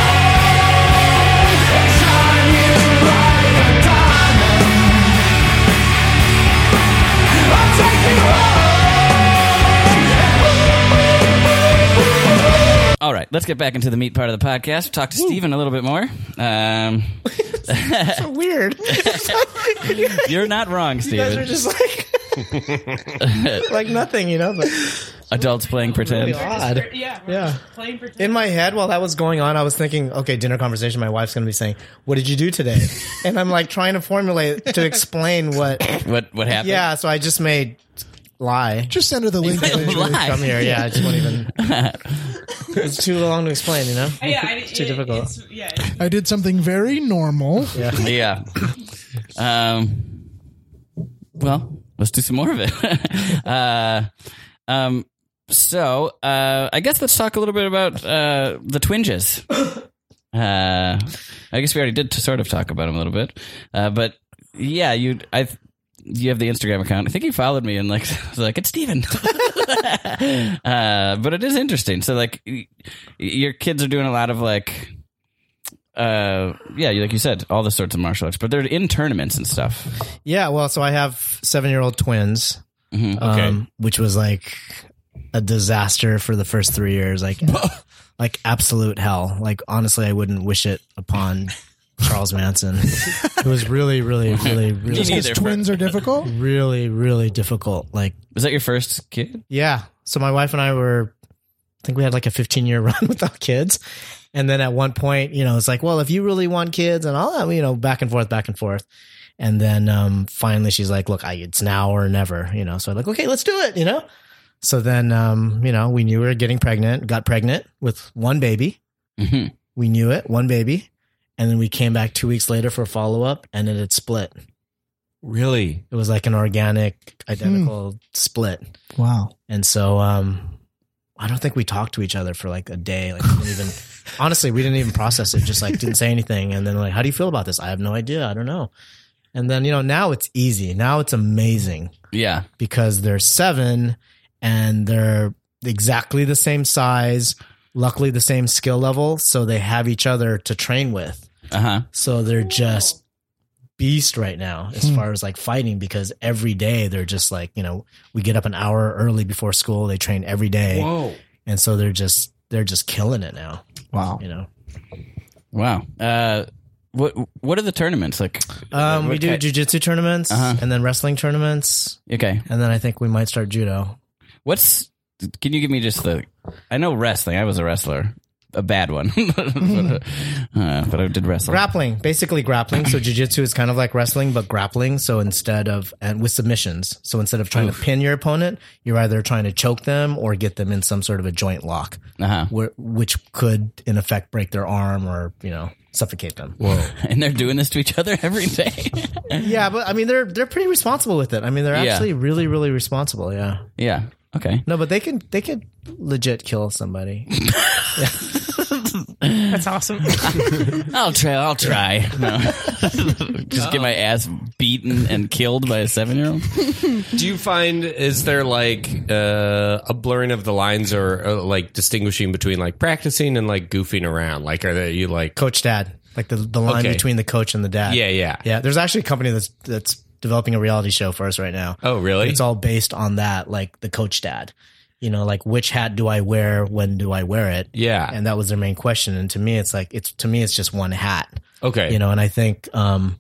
S3: All right, let's get back into the meat part of the podcast. Talk to Steven a little bit more. Um,
S7: So weird.
S3: you're not wrong,
S7: guys
S3: Steven.
S7: are just like like nothing, you know. But
S3: Adults playing pretend.
S7: odd.
S6: Yeah.
S7: Yeah.
S6: Playing pretend.
S7: In my head, while that was going on, I was thinking, okay, dinner conversation. My wife's going to be saying, "What did you do today?" And I'm like trying to formulate to explain what.
S3: What what happened?
S7: Yeah, so I just made lie.
S5: Just send her the link.
S3: Lie.
S7: Come here, yeah. I just won't even. it's too long to explain, you know.
S6: yeah, I,
S7: too difficult.
S6: yeah.
S5: I did something very normal.
S3: Yeah. Um. Well, let's do some more of it. uh, um. So, uh, I guess let's talk a little bit about uh, the twinges. Uh, I guess we already did to sort of talk about them a little bit, uh, but yeah, you I you have the Instagram account. I think he followed me and like I was like it's Steven. uh, but it is interesting. So like y- your kids are doing a lot of like uh yeah like you said all the sorts of martial arts but they're in tournaments and stuff
S7: Yeah, well, so I have seven-year-old twins, um, which was like a disaster for the first three years, like like absolute hell. Like honestly, I wouldn't wish it upon Charles Manson. it was really, really, really, really,
S5: Because twins are difficult.
S7: really, really difficult. Like
S3: was that your first kid
S7: yeah. So my wife and I were, I think we had like a 15 year run without kids. And then at one point, you know, it's like, well, if you really want kids and all that, you know, back and forth, back and forth. And then um, finally she's like, look, I, it's now or never, you know. So I'm like, okay, let's do it, you know. So then, um, you know, we knew we were getting pregnant, got pregnant with one baby.
S3: Mhm.
S7: We knew it, one baby. And then we came back two weeks later for a follow up and it had split.
S4: Really?
S7: It was like an organic, identical split.
S5: Wow.
S7: And so um I don't think we talked to each other for like a day. Like we didn't even honestly, we didn't even process it. Just like didn't say anything. And then like, how do you feel about this? I have no idea. I don't know. And then you know now it's easy. Now it's amazing
S3: yeah
S7: because they're seven and they're exactly the same size. Luckily, the same skill level, so they have each other to train with.
S3: uh-huh
S7: So they're just beast right now as far as like fighting because every day they're just like, you know, we get up an hour early before school, they train every day.
S4: Whoa.
S7: And so they're just they're just killing it now,
S5: Wow.
S7: you know.
S3: wow uh what what are the tournaments like
S7: Um we do
S3: Okay.
S7: jujitsu tournaments
S3: Uh-huh.
S7: and then wrestling tournaments
S3: okay
S7: and then I think we might start judo.
S3: what's can you give me just the i know wrestling i was a wrestler a bad one but, uh, but i did wrestle
S7: Grappling, basically grappling. So jujitsu is kind of like wrestling, but grappling. So instead of and with submissions. So instead of trying to pin your opponent, you're either trying to choke them or get them in some sort of a joint lock.
S3: uh-huh
S7: where, which could in effect break their arm or you know suffocate them.
S3: and they're doing this to each other every day
S7: Yeah, but I mean they're they're pretty responsible with it. I mean they're
S3: Yeah.
S7: actually really really responsible. Yeah,
S3: yeah Okay.
S7: No, but they can they could legit kill somebody.
S6: That's awesome.
S3: I'll try. I'll try. No. Just get my ass beaten and killed by a seven-year-old.
S4: Do you find is there like uh, a blurring of the lines or uh, like distinguishing between like practicing and like goofing around? Like, are they, you like?
S7: coach dad, like the the line
S4: Okay.
S7: between the coach and the dad.
S4: Yeah, yeah.
S7: yeah. There's actually a company that's that's developing a reality show for us right now.
S4: Oh, really?
S7: It's all based on that, like the coach dad. You know, like which hat do I wear? When do I wear it?
S4: yeah.
S7: And that was their main question. And to me, it's like it's to me, it's just one hat.
S4: okay.
S7: you know and i think um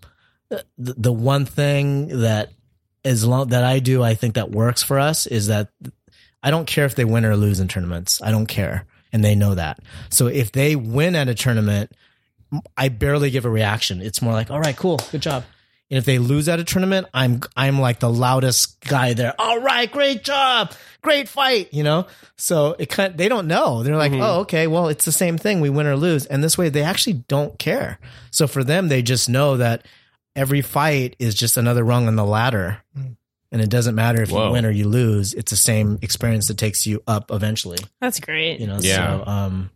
S7: the, the one thing that as long that i do i think that works for us is that i don't care if they win or lose in tournaments i don't care and they know that so if they win at a tournament i barely give a reaction it's more like all right cool good job and if they lose at a tournament i'm i'm like the loudest guy there all right great job great fight you know so it kind they don't know they're like oh okay well it's the same thing we win or lose and this way they actually don't care so for them, they just know that every fight is just another rung on the ladder. And it doesn't matter if
S4: Whoa.
S7: you win or you lose, it's the same experience that takes you up eventually.
S6: That's great.
S7: You know,
S4: Yeah.
S7: so um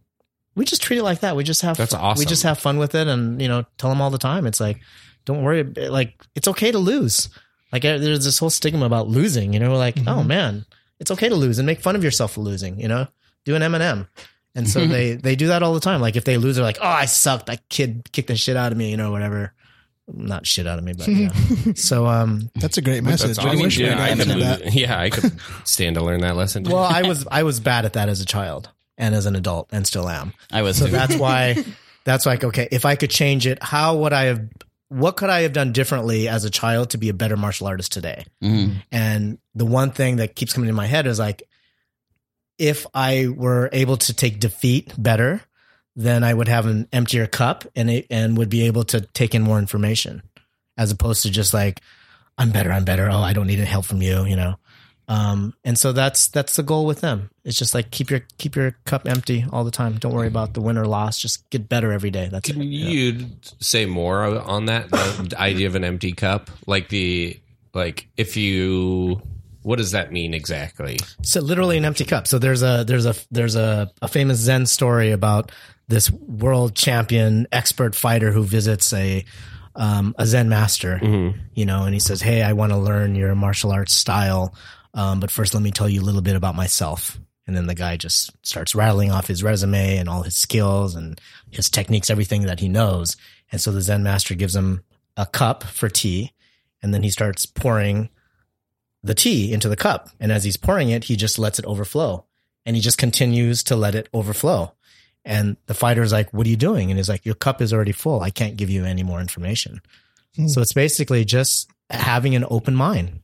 S7: we just treat it like that. We just have
S4: That's
S7: We
S4: awesome.
S7: just have fun with it and you know, tell them all the time. It's like, don't worry like it's okay to lose. Like eh, there's this whole stigma about losing, you know, we're like, oh man, it's okay to lose and make fun of yourself for losing, you know? Do an M&M. And so they they do that all the time. Like if they lose, they're like, "Oh, I sucked. That kid kicked the shit out of me," you know, whatever. Not shit out of me, but yeah. so um,
S5: That's a great message.
S4: I
S5: I
S4: mean,
S5: wish we
S4: dude,
S5: had
S4: I could
S5: answered that.
S4: lose- yeah, I could stand to learn that lesson.
S7: well, I was I was bad at that as a child and as an adult, and still am.
S3: I was.
S7: So
S3: too.
S7: that's why that's like okay, if I could change it, how would I have? What could I have done differently as a child to be a better martial artist today?
S3: Mm.
S7: And the one thing that keeps coming to my head is like, if I were able to take defeat better, then I would have an emptier cup and it, and would be able to take in more information, as opposed to just like, I'm better, I'm better. Oh, I don't need any help from you, you know. Um, and so that's that's the goal with them. It's just like keep your keep your cup empty all the time. Don't worry about the win or loss. Just get better every day. That's
S4: Can
S7: it. Yeah.
S4: you say more on that? The idea of an empty cup, like the like if you, what does that mean exactly?
S7: So literally an empty cup. So there's a there's a there's a, a famous Zen story about this world champion expert fighter who visits a um, a Zen master, you know, and he says, "Hey, I want to learn your martial arts style, um, but first let me tell you a little bit about myself." And then the guy just starts rattling off his resume and all his skills and his techniques, everything that he knows. And so the Zen master gives him a cup for tea, and then he starts pouring the tea into the cup. And as he's pouring it, he just lets it overflow and he just continues to let it overflow. And the fighter's like, What are you doing? And he's like, Your cup is already full. I can't give you any more information.
S5: Hmm.
S7: So it's basically just having an open mind.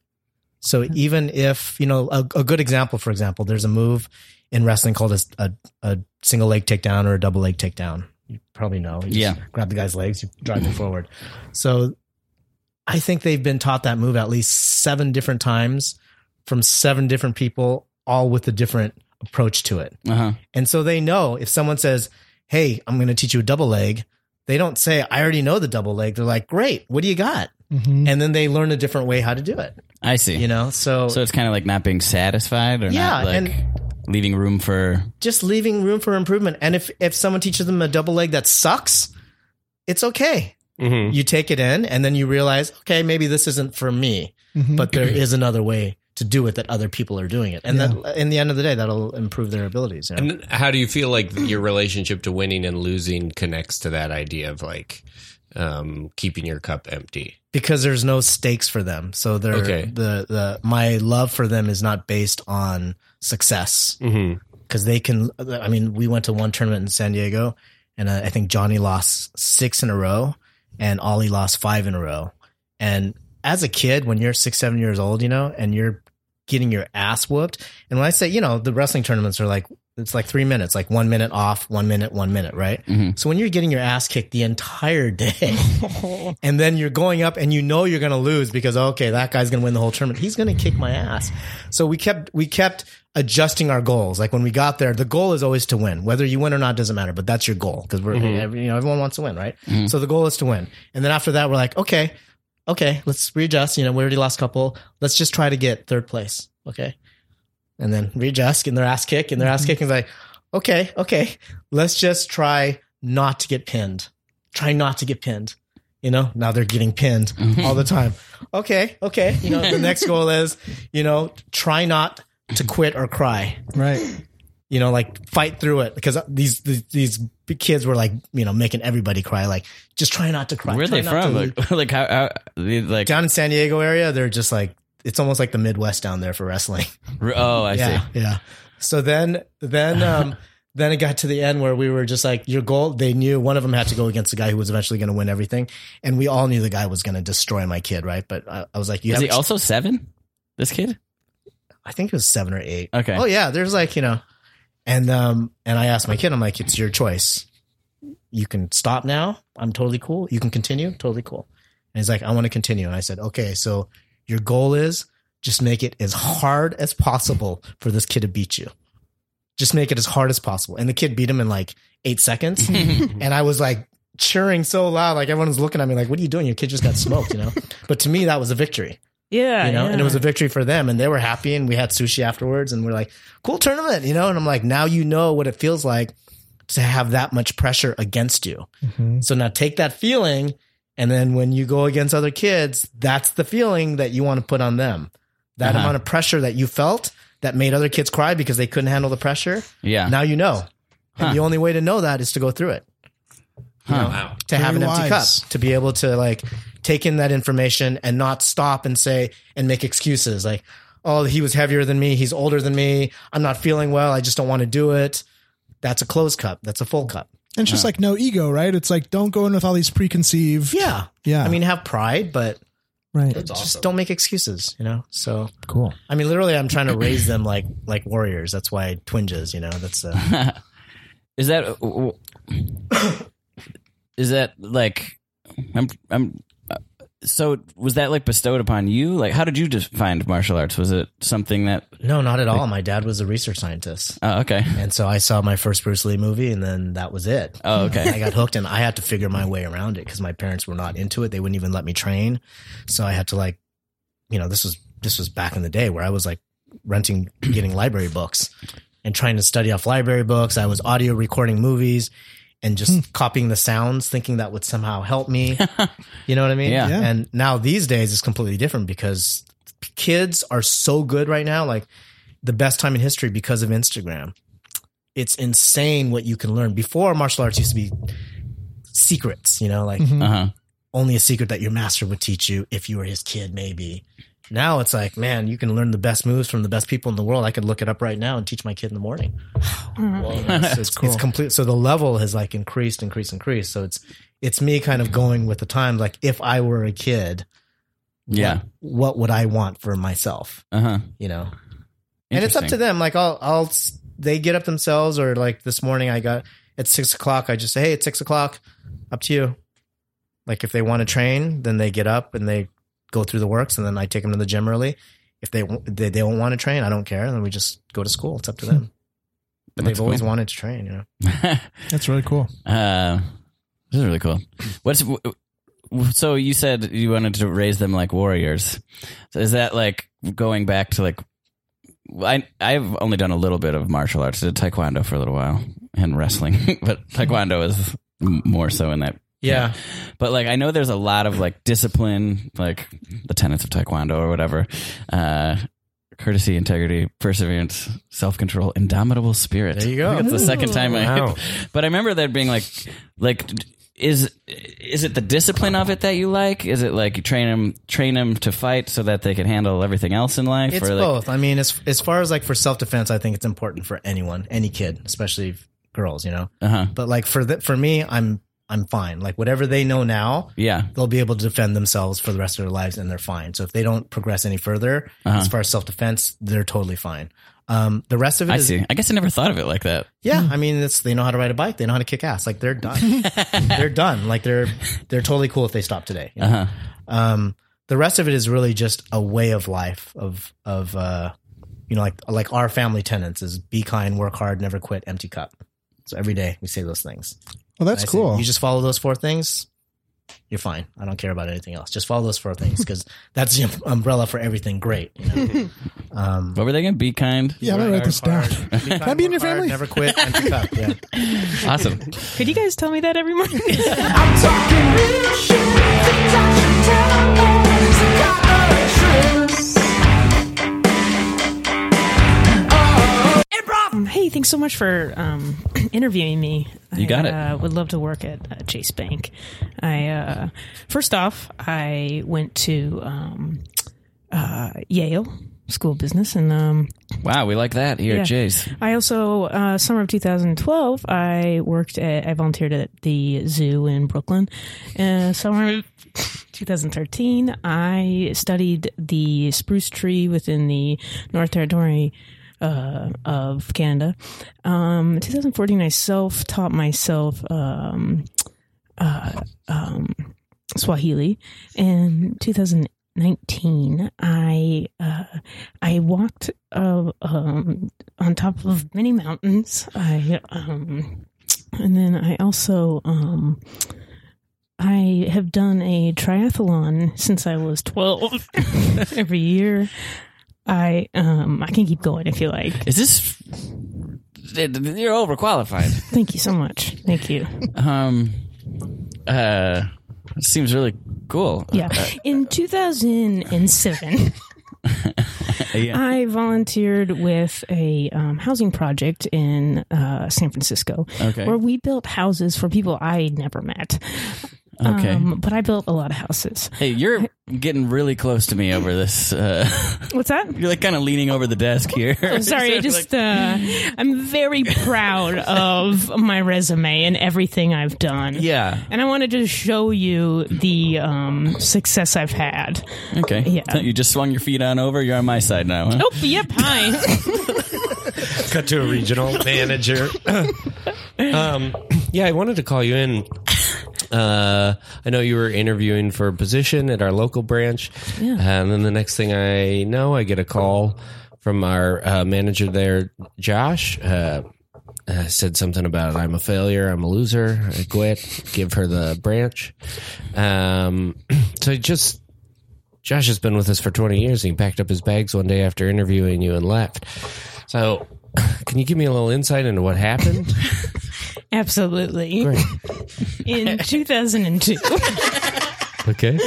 S7: So even if, you know, a, a good example, for example, there's a move in wrestling called a, a, a single leg takedown or a double leg takedown. You probably know. You just
S3: Yeah.
S7: Grab the guy's legs, you drive him forward. So I think they've been taught that move at least seven different times from seven different people, all with a different approach to it.
S3: Uh-huh.
S7: And so they know if someone says, Hey, I'm going to teach you a double leg, they don't say, I already know the double leg. They're like, Great, what do you got?
S5: Mhm.
S7: And then they learn a different way how to do it,
S3: I see.
S7: you know? So,
S3: So it's kind of like not being satisfied or
S7: Yeah,
S3: not like leaving room for.
S7: just leaving room for improvement. And if, if someone teaches them a double leg that sucks, it's okay.
S4: Mm-hmm.
S7: You take it in and then you realize, okay, maybe this isn't for me.
S5: Mhm.
S7: but there is another way to do it that other people are doing it and
S5: Yeah.
S7: that in the end of the day that'll improve their abilities you know?
S4: And how do you feel like your relationship to winning and losing connects to that idea of like um, keeping your cup empty?
S7: because there's no stakes for them so they're
S4: Okay.
S7: the the my love for them is not based on success
S4: Mm-hmm.
S7: because they can i mean we went to one tournament in san diego and uh, i think johnny lost six in a row and ollie lost five in a row and as a kid when you're six seven years old you know and you're getting your ass whooped and when i say you know the wrestling tournaments are like it's like three minutes like one minute off one minute one minute right
S3: Mhm.
S7: so when you're getting your ass kicked the entire day and then you're going up and you know you're going to lose because okay that guy's going to win the whole tournament he's going to kick my ass so we kept we kept adjusting our goals like when we got there the goal is always to win whether you win or not doesn't matter but that's your goal because we're every, you know everyone wants to win right so the goal is to win and then after that we're like okay okay let's readjust you know we already lost a couple let's just try to get third place okay And then Reed ass and their ass kick and their ass kick is like, okay, okay, let's just try not to get pinned. Try not to get pinned. You know, now they're getting pinned
S3: Mm-hmm.
S7: all the time. Okay, okay. You know, the next goal is, you know, try not to quit or cry
S5: Right.
S7: you know, like fight through it because these these, these big kids were like, you know, making everybody cry. Like, just try not to cry.
S3: Where are
S7: Try
S3: they
S7: not
S3: from?
S7: to-
S3: Like, like how, how they, like
S7: down in San Diego area, they're just like it's almost like the Midwest down there for wrestling.
S3: oh, I
S7: yeah,
S3: see.
S7: yeah. So then, then, um, then it got to the end where we were just like, your goal. They knew one of them had to go against the guy who was eventually going to win everything, and we all knew the guy was going to destroy my kid, right? But I, I was like, you
S3: Is
S7: have
S3: he also seven? This kid?
S7: I think it was seven or eight.
S3: Okay.
S7: Oh yeah, there's like you know, and um, and I asked my kid, I'm like, it's your choice. You can stop now. I'm totally cool. You can continue. Totally cool. And he's like, I want to continue. And I said, okay, so your goal is just make it as hard as possible for this kid to beat you. Just make it as hard as possible. And the kid beat him in like eight seconds. and I was like cheering so loud, like everyone was looking at me, like, what are you doing? Your kid just got smoked, you know? but to me, that was a victory
S6: Yeah.
S7: you know,
S6: yeah.
S7: and it was a victory for them, and they were happy, and we had sushi afterwards, and we're like, cool tournament, you know, and I'm like, now you know what it feels like to have that much pressure against you. So now take that feeling, and then when you go against other kids, that's the feeling that you want to put on them. That
S3: Uh-huh.
S7: amount of pressure that you felt that made other kids cry because they couldn't handle the pressure.
S3: Yeah.
S7: Now you know,
S3: Huh.
S7: and the only way to know that is to go through it
S3: Huh.
S4: Wow.
S7: to have an
S5: Very
S7: empty
S5: wise.
S7: cup to be able to like take in that information and not stop and say and make excuses like oh he was heavier than me he's older than me i'm not feeling well i just don't want to do it that's a closed cup that's a full cup
S5: And it's just like no ego, right? It's like don't go in with all these preconceived.
S7: yeah
S5: Yeah.
S7: i mean have pride but
S5: right.
S7: just don't make excuses you know so
S5: cool.
S7: i mean literally i'm trying to raise them like like warriors that's why twinges you know that's uh,
S3: Is that w- w- is that like I'm I'm uh, so was that like bestowed upon you? Like how did you just find martial arts? Was it something that
S7: no not at all my dad was a research scientist
S3: Oh, okay.
S7: and so i saw my first bruce lee movie and then that was it
S3: Oh,
S7: and I
S3: okay.
S7: got hooked and I had to figure my way around it because my parents were not into it. They wouldn't even let me train. So I had to like, you know, this was, this was back in the day where I was like renting, getting library books and trying to study off library books. I was audio recording movies and just copying the sounds, thinking that would somehow help me. you know what I mean?
S3: Yeah.
S5: Yeah.
S7: And now these days it's completely different because kids are so good right now. Like the best time in history because of Instagram. It's insane what you can learn. Before martial arts used to be secrets, you know, like
S3: Uh-huh.
S7: only a secret that your master would teach you if you were his kid, maybe. Now it's like, man, you can learn the best moves from the best people in the world. I could look it up right now and teach my kid in the morning.
S6: Mm-hmm.
S7: Whoa, it's, it's, it's complete. So the level has like increased, increased, increased. So it's it's me kind of going with the times. Like if I were a kid,
S3: Yeah.
S7: what would I want for myself?
S3: Uh-huh.
S7: You know, and it's up to them. Like I'll, I'll, they get up themselves, or like this morning I got at six o'clock. I just say, hey, it's six o'clock, up to you. Like if they want to train, then they get up and they go through the works, and then I take them to the gym early. If they they, they don't want to train, I don't care. Then we just go to school. It's up to them. But
S3: That's
S7: they've always
S3: cool.
S7: wanted to train. You know,
S5: That's really cool.
S3: Uh, this is really cool. What's w- w- so you said you wanted to raise them like warriors. So is that like going back to like I I've only done a little bit of martial arts. I did taekwondo for a little while and wrestling, but taekwondo is m- more so in that.
S7: Yeah.
S3: But like I know there's a lot of like discipline, like the tenets of taekwondo or whatever. Uh courtesy, integrity, perseverance, self-control, indomitable spirit.
S7: There you go.
S3: I think That's the second
S6: Ooh.
S3: time I
S4: Wow.
S3: but I remember there being like, like, is is it the discipline of it that you like? Is it like you train them train them to fight so that they can handle everything else in life?
S7: it's
S3: like,
S7: both. I mean, as as far as like for self defense, I think it's important for anyone, any kid, especially girls. You know,
S3: Uh huh.
S7: but like for the, for me, I'm I'm fine. Like whatever they know now,
S3: Yeah.
S7: they'll be able to defend themselves for the rest of their lives and they're fine. So if they don't progress any further
S3: Uh-huh.
S7: as far as self defense, they're totally fine. Um, the rest of it
S3: I
S7: is-
S3: see. I guess I never thought of it like that.
S7: yeah, I mean, it's they know how to ride a bike, they know how to kick ass. Like they're done, they're done. Like they're they're totally cool if they stop today. you know?
S3: Uh huh.
S7: Um, the rest of it is really just a way of life of of uh, you know, like like our family tenets is be kind, work hard, never quit, empty cup. So every day we say those things.
S4: Oh,
S5: Well, that's
S7: I said,
S5: cool.
S7: You just follow those four things, you're fine. I don't care about anything else. Just follow those four things because that's the um, umbrella for everything great. you know? um,
S3: What were they going to be kind?
S5: Yeah, I'm gonna write this down.
S7: Can
S5: I be in your family?
S7: Never quit. empty cup, yeah.
S3: Awesome.
S6: Could you guys tell me that every morning?
S2: Improv!
S6: hey, thanks so much for um, interviewing me.
S3: You got it.
S6: I, uh, would love to work at uh, Chase Bank. I uh, first off, I went to um, uh, Yale School of Business, and um,
S3: Wow, we like that here
S6: Yeah.
S3: at Jay's.
S6: I also uh, summer of 2012. I worked at I volunteered at the zoo in Brooklyn. Uh, summer of 2013, I studied the spruce tree within the North Territory uh, of Canada. Um, in 2014, I self taught myself um, uh, Swahili. In 2019, I uh, I walked uh, um, on top of many mountains. I um, and then I also um, I have done a triathlon since I was 12 every year. I um I can keep going if you like.
S3: Is this? You're overqualified.
S6: Thank you so much. Thank you.
S3: Um, uh, it seems really cool.
S6: Yeah. In 2007,
S3: Yeah.
S6: I volunteered with a um, housing project in uh, San Francisco
S3: Okay.
S6: where we built houses for people I never met.
S3: Okay.
S6: Um, but I built a lot of houses.
S3: hey, you're getting really close to me over this. Uh,
S6: What's that?
S3: you're like kind of leaning over the desk here.
S6: I'm sorry. I just uh, I'm very proud of my resume and everything I've done.
S3: yeah.
S6: And I wanted to show you the um, success I've had.
S3: Okay.
S6: Yeah.
S3: You just swung your feet on over. You're on my side now. Huh?
S6: Oh, yep. Hi.
S4: Cut to a regional manager. um, yeah, I wanted to call you in. Uh, I know you were interviewing for a position at our local branch, Uh, and then the next thing I know, I get a call from our uh, manager there, Josh. Uh, uh, said something about I'm a failure, I'm a loser, I quit. Give her the branch. Um, so just Josh has been with us for 20 years and he packed up his bags one day after interviewing you and left. So, can you give me a little insight into what happened?
S6: Absolutely. In 2002,
S4: okay.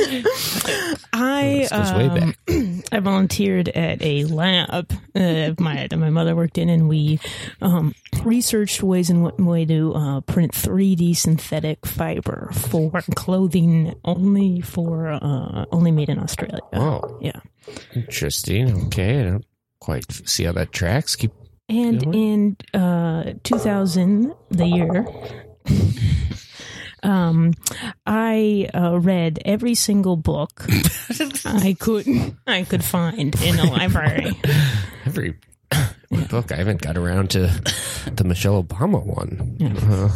S6: I
S4: This goes way
S6: um,
S4: back.
S6: I volunteered at a lab uh, my that my mother worked in, and we um, researched ways in what way to uh, print 3D synthetic fiber for clothing only for uh, only made in Australia.
S4: Wow.
S6: Yeah,
S4: Interesting. Okay. I don't quite see how that tracks. Keep.
S6: and
S4: Really?
S6: in uh, 2000, the year. Um, I uh, read every single book I could I could find in a library.
S4: Every book I haven't got around to the Michelle Obama one.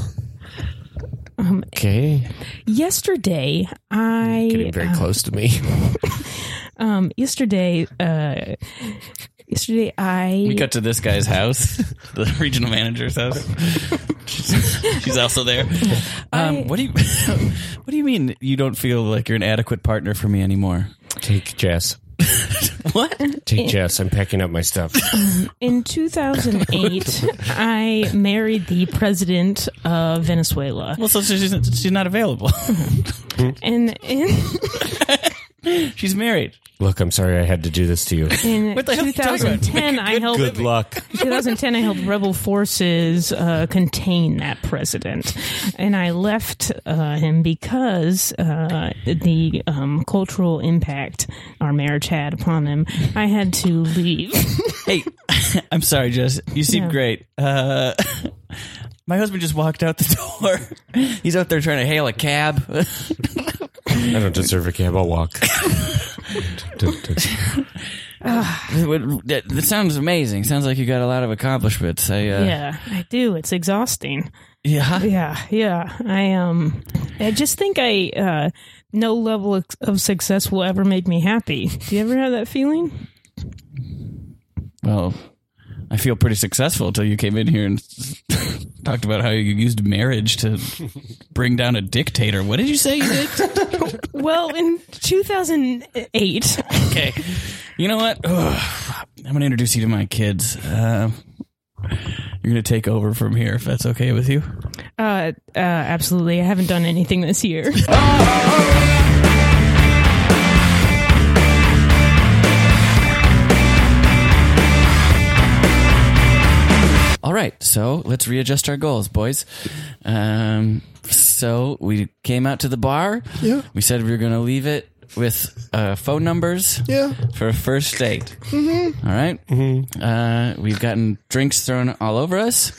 S4: Uh, okay.
S6: Yesterday, I
S4: Getting very close to me.
S6: um yesterday uh yesterday I
S3: We cut to this guy's house, the regional manager's house. She's, she's also there. Um,
S6: I-
S3: what do you What do you mean you don't feel like you're an adequate partner for me anymore?
S4: Take Jess.
S3: What?
S4: Take Jess. I'm packing up my stuff.
S6: in 2008 I married the president of Venezuela
S3: Well, so she's she's not available.
S6: and in
S3: she's married.
S4: Look, I'm sorry I had to do this to you.
S6: in
S3: the hell are you talking about?
S6: 2010 I helped
S4: Good luck.
S6: 2010 I helped rebel forces uh, contain that president and I left uh, him because uh, the um, cultural impact our marriage had upon him I had to leave
S3: Hey, I'm sorry, Jess. You seem
S6: Yeah.
S3: great. Uh, my husband just walked out the door. He's out there trying to hail a cab.
S4: I don't deserve a cab. I'll walk.
S3: It would- That, that sounds amazing. Sounds like you got a lot of accomplishments. I, uh,
S6: yeah I do it's exhausting
S3: yeah.
S6: Yeah, yeah. I um, I just think I uh, no level of- of success will ever make me happy. Do you ever have that feeling?
S3: Well, I feel pretty successful until you came in here and talked about how you used marriage to bring down a dictator. What did you say you did?
S6: Well, in 2008,
S3: okay. You know what? Ugh. I'm going to introduce you to my kids. Uh, you're going to take over from here if that's okay with you.
S6: uh, uh, absolutely, I haven't done anything this year.
S3: All right. So let's readjust our goals, boys. Um, so we came out to the bar.
S5: Yeah.
S3: We said we were going to leave it with uh, phone numbers.
S5: Yeah.
S3: For a first date. Mm-hmm. right. Mm-hmm. Uh, we've gotten drinks thrown all over us.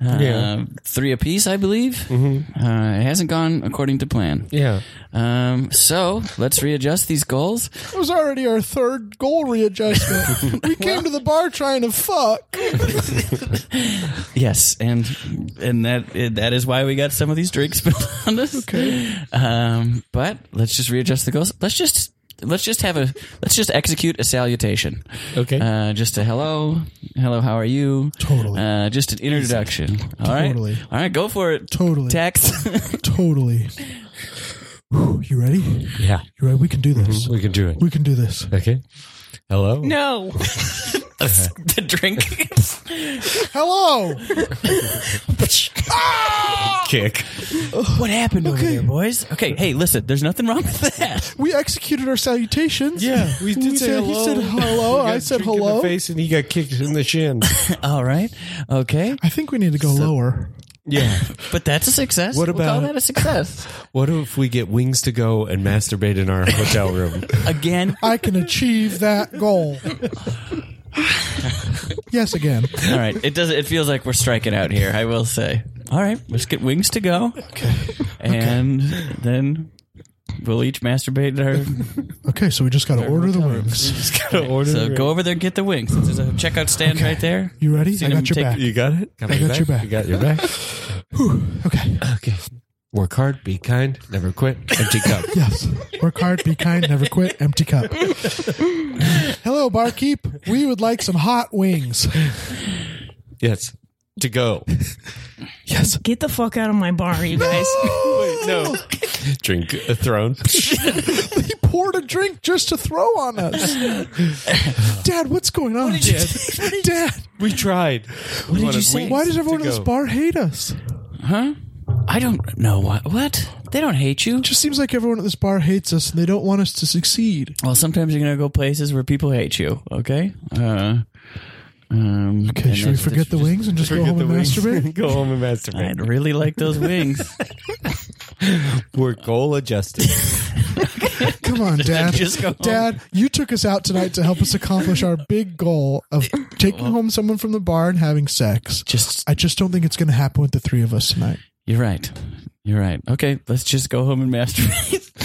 S3: Uh,
S4: Yeah.
S3: Three apiece, I believe. Mm-hmm. Uh, it hasn't gone according to plan.
S4: Yeah.
S3: Um, so let's readjust these goals.
S5: It was already our third goal readjustment. we came to the bar trying to fuck.
S3: Yes, and and that that is why we got some of these drinks spilled on us. Okay. Um, but let's just readjust the goals. Let's just let's just have a let's just execute a salutation.
S4: Okay.
S3: Uh, just a hello, hello, how are you?
S5: Totally.
S3: Uh, just an introduction. All right.
S5: Totally.
S3: All right. Go for it.
S5: Totally.
S3: Text.
S5: Totally. Whew, you ready? You
S4: Yeah.
S5: ready? We can do this.
S4: Mm-hmm. We can do it.
S5: We can do this.
S4: Okay. Hello.
S6: no,
S3: the drink.
S5: Hello.
S4: Kick.
S3: what happened over
S5: Okay.
S3: there, boys? Okay. Hey, listen. There's nothing wrong with that.
S5: We executed our salutations.
S4: Yeah, we did
S5: He
S4: say
S5: said- he
S4: hello.
S5: said hello,
S4: We got
S5: I said
S4: drink in the
S5: hello.
S4: face, and he got kicked in the shin.
S3: All right. Okay.
S5: I think we need to go lower.
S4: yeah.
S3: But that's a success.
S4: What
S3: we'll call
S4: about-
S3: that a success?
S4: What if we get wings to go and masturbate in our hotel room?
S3: Again.
S5: I can achieve that goal. yes, again.
S3: All right. It does. It feels like we're striking out here. I will say. All right. Let's get wings to go. Okay. And then we'll each masturbate in
S5: Okay, so we just got to order the wings.
S4: Just gotta order.
S3: our. So go over there and get the wings. There's a checkout stand right there.
S5: You ready?
S3: Seen
S5: I
S3: him
S5: got your
S3: take-
S5: back.
S4: You got it.
S5: I got your back.
S4: You got your back.
S5: Okay.
S4: Okay. Work hard. Be kind. Never quit. Empty cup.
S5: Yes. Work hard, be kind, never quit, empty cup. Hello, barkeep. We would like some hot wings.
S4: Yes. To go.
S5: Yes.
S6: get the fuck out of my bar, you guys.
S4: Wait, no. Drink a throne.
S5: He poured a drink just to throw on us. Dad, what's going on? Dad,
S4: We tried. What
S3: did you say?
S5: why does everyone in this bar hate us?
S3: Huh? I don't know what. What? They don't hate you.
S5: Just seems like everyone at this bar hates us and they don't want us to succeed.
S3: Well, sometimes you're gonna go places where people hate you. Okay. Uh, um,
S5: Okay,
S3: and
S5: should we
S3: that's-
S5: forget
S3: that's-
S5: the wings and just go home and masturbate?
S4: go home and masturbate.
S3: I'd really like those wings.
S4: We're goal adjusted.
S5: Come on, Dad.
S3: Just go home.
S5: Dad, you took us out tonight to help us accomplish our big goal of taking home someone from the bar and having sex.
S3: Just
S5: I just don't think it's going to happen with the three of us tonight.
S3: You're right. You're right. Okay, let's just go home and masturbate.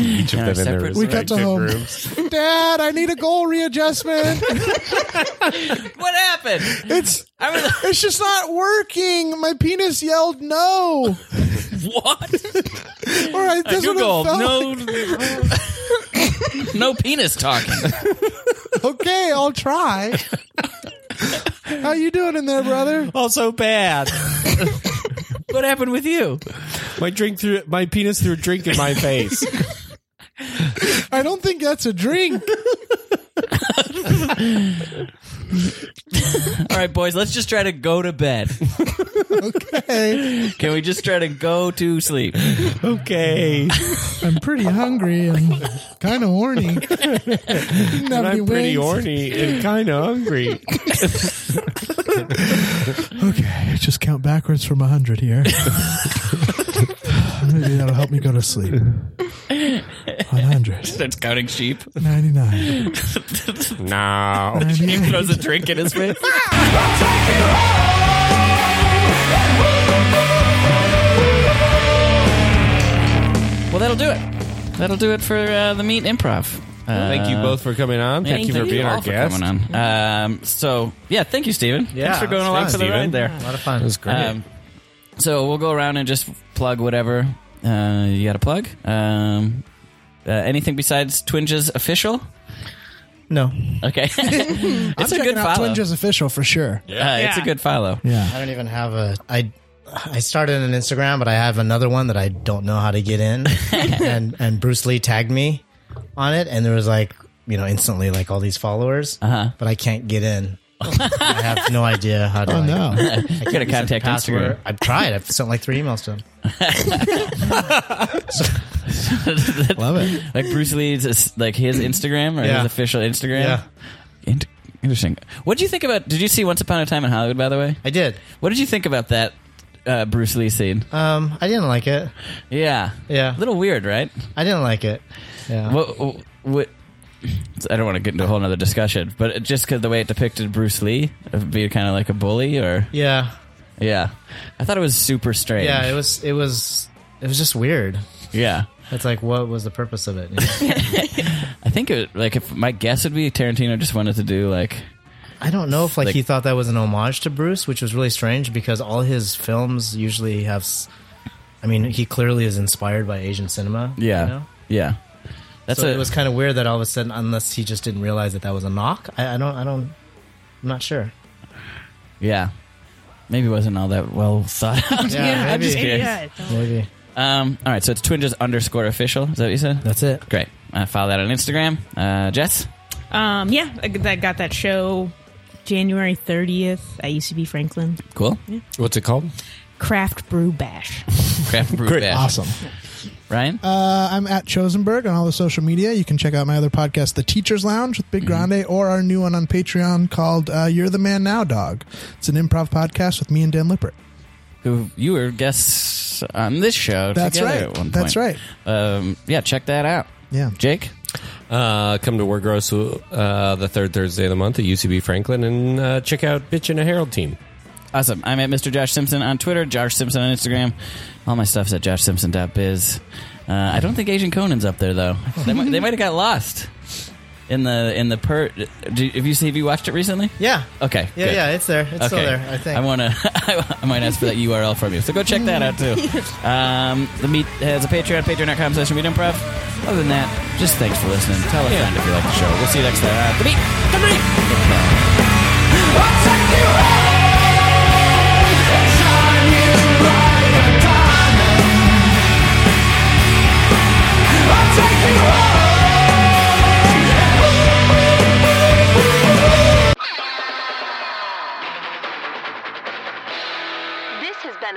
S4: Each of
S3: Yeah,
S4: them in their
S3: separate- We
S5: got to
S4: respective
S5: home.
S4: rooms.
S5: Dad, I need a goal readjustment.
S3: what happened?
S5: It's
S3: I was
S5: it's just not working. My penis yelled no.
S3: like, what?
S5: Or I, that's what it
S3: Google,
S5: felt
S3: no,
S5: like.
S3: no penis talking.
S5: Okay, I'll try. How you doing in there, brother?
S4: Also bad.
S3: What happened with you?
S4: My drink threw my penis threw a drink in my face.
S5: I don't think that's a drink.
S3: All right, boys, let's just try to go to bed.
S5: Hey,
S3: Can we just try to go to sleep?
S4: okay.
S5: I'm pretty hungry and kind of horny. Didn't have
S4: And
S5: any
S4: I'm pretty
S5: wings.
S4: horny and kind of hungry.
S5: Okay, just count backwards from 100 here. Maybe that'll help me go to sleep. 100,
S3: That's counting sheep.
S5: 99,
S4: No.
S5: 98.
S3: He throws a drink in his face. Well, that'll do it. That'll do it for uh, the meat improv. Uh,
S4: Thank you both for coming on.
S3: Yeah,
S4: Thank, you for being
S3: all
S4: our
S3: for
S4: guest.
S3: coming on. Um, so yeah, thank you, Stephen. Thanks for going
S7: that's
S3: along
S7: fun,
S3: for the
S4: Steven.
S3: ride there.
S7: A lot of fun.
S3: Um, so we'll go around and just plug whatever uh, you got to plug. Um, uh, anything besides Twinges official?
S7: No,
S3: Okay, it's
S5: I'm
S3: a
S5: checking
S3: good
S5: out
S3: follow.
S5: Twinge is official for sure.
S3: Uh, it's a
S6: Yeah.
S3: good follow.
S7: I don't even have a. I I started an Instagram, but I have another one that I don't know how to get in. and and Bruce Lee tagged me on it, and there was like you know instantly like all these followers, uh-huh. but I can't get in. I have no idea how to. Oh
S5: No.
S3: You gotta contact Instagram.
S7: I've tried. I've sent like three emails to him.
S5: Love it.
S3: Like Bruce Lee's, it's like his Instagram or
S7: Yeah.
S3: his official Instagram.
S7: Yeah.
S3: Int- interesting. What did you think about? Did you see Once Upon a Time in Hollywood? By the way,
S7: I did.
S3: what did you think about that uh, Bruce Lee scene?
S7: Um, I didn't like it.
S3: yeah,
S7: yeah.
S3: A little weird, right?
S7: I didn't like it. Yeah.
S3: What? what- what I don't want to get into a whole nother discussion, but just because the way it depicted Bruce Lee of being kind of like a bully, or
S7: Yeah.
S3: yeah, I thought it was super strange.
S7: Yeah. It was. It was. It was just weird.
S3: yeah.
S7: It's like, what was the purpose of it? you know?
S3: I think it like if my guess would be Tarantino just wanted to do like
S7: I don't know if like,
S3: Like-
S7: he thought that was an homage to Bruce, which was really strange because all his films usually have. s- I mean, he clearly is inspired by Asian cinema. you
S3: yeah
S7: know?
S3: yeah. That's
S7: so
S3: a,
S7: it was kind of weird that all of a sudden, unless he just didn't realize that that was a knock. I, I don't. I don't. I'm not sure.
S3: yeah. Maybe it wasn't all that well thought out.
S7: Yeah,
S3: I'm just
S7: maybe.
S3: curious.
S6: Yeah, don't-
S7: Maybe
S3: Um, all right, so it's twinges underscore official. Is that what you said?
S7: that's it.
S3: Great. Uh, follow that on Instagram. Uh, Jess?
S6: Um, yeah, I got that, got that show January 30th. I used to be Franklin.
S3: Cool.
S4: What's it called?
S6: Craft Brew Bash.
S3: Craft Brew
S5: Great.
S3: Bash.
S5: Awesome.
S3: Ryan?
S5: Uh, I'm at Chosenberg on all the social media. You can check out my other podcast, The Teacher's Lounge with Big
S3: Mm-hmm.
S5: Grande, or our new one on Patreon called uh, You're the Man Now, Dog. It's an improv podcast with me and Dan Lippert.
S3: who you were guests on this show
S5: That's
S3: together
S5: right.
S3: at one point.
S5: That's right.
S3: Um, yeah, check that out.
S5: Yeah.
S3: Jake?
S4: Uh, come to War Gross uh, the third Thursday of the month at UCB Franklin and uh, check out Bitch and a Herald team.
S3: Awesome. I'm at Mr. Josh Simpson on Twitter, Josh Simpson on Instagram. All my stuff's at joshsimpson.biz. Uh, I don't think Asian Conan's up there though. They might, they might have got lost in the in the per. Do, you- have you have you watched it recently?
S7: Yeah.
S3: Okay.
S7: Yeah.
S3: good.
S7: Yeah. It's there. It's still there. I think.
S3: I want to. I might ask for that URL from you, so go check that out too. Um, the meet has a Patreon, patreon.com slash meet improv. Other than that, just thanks for listening. Tell a friend if you like the show. We'll see you next time. on the meet. The meet.
S1: This has been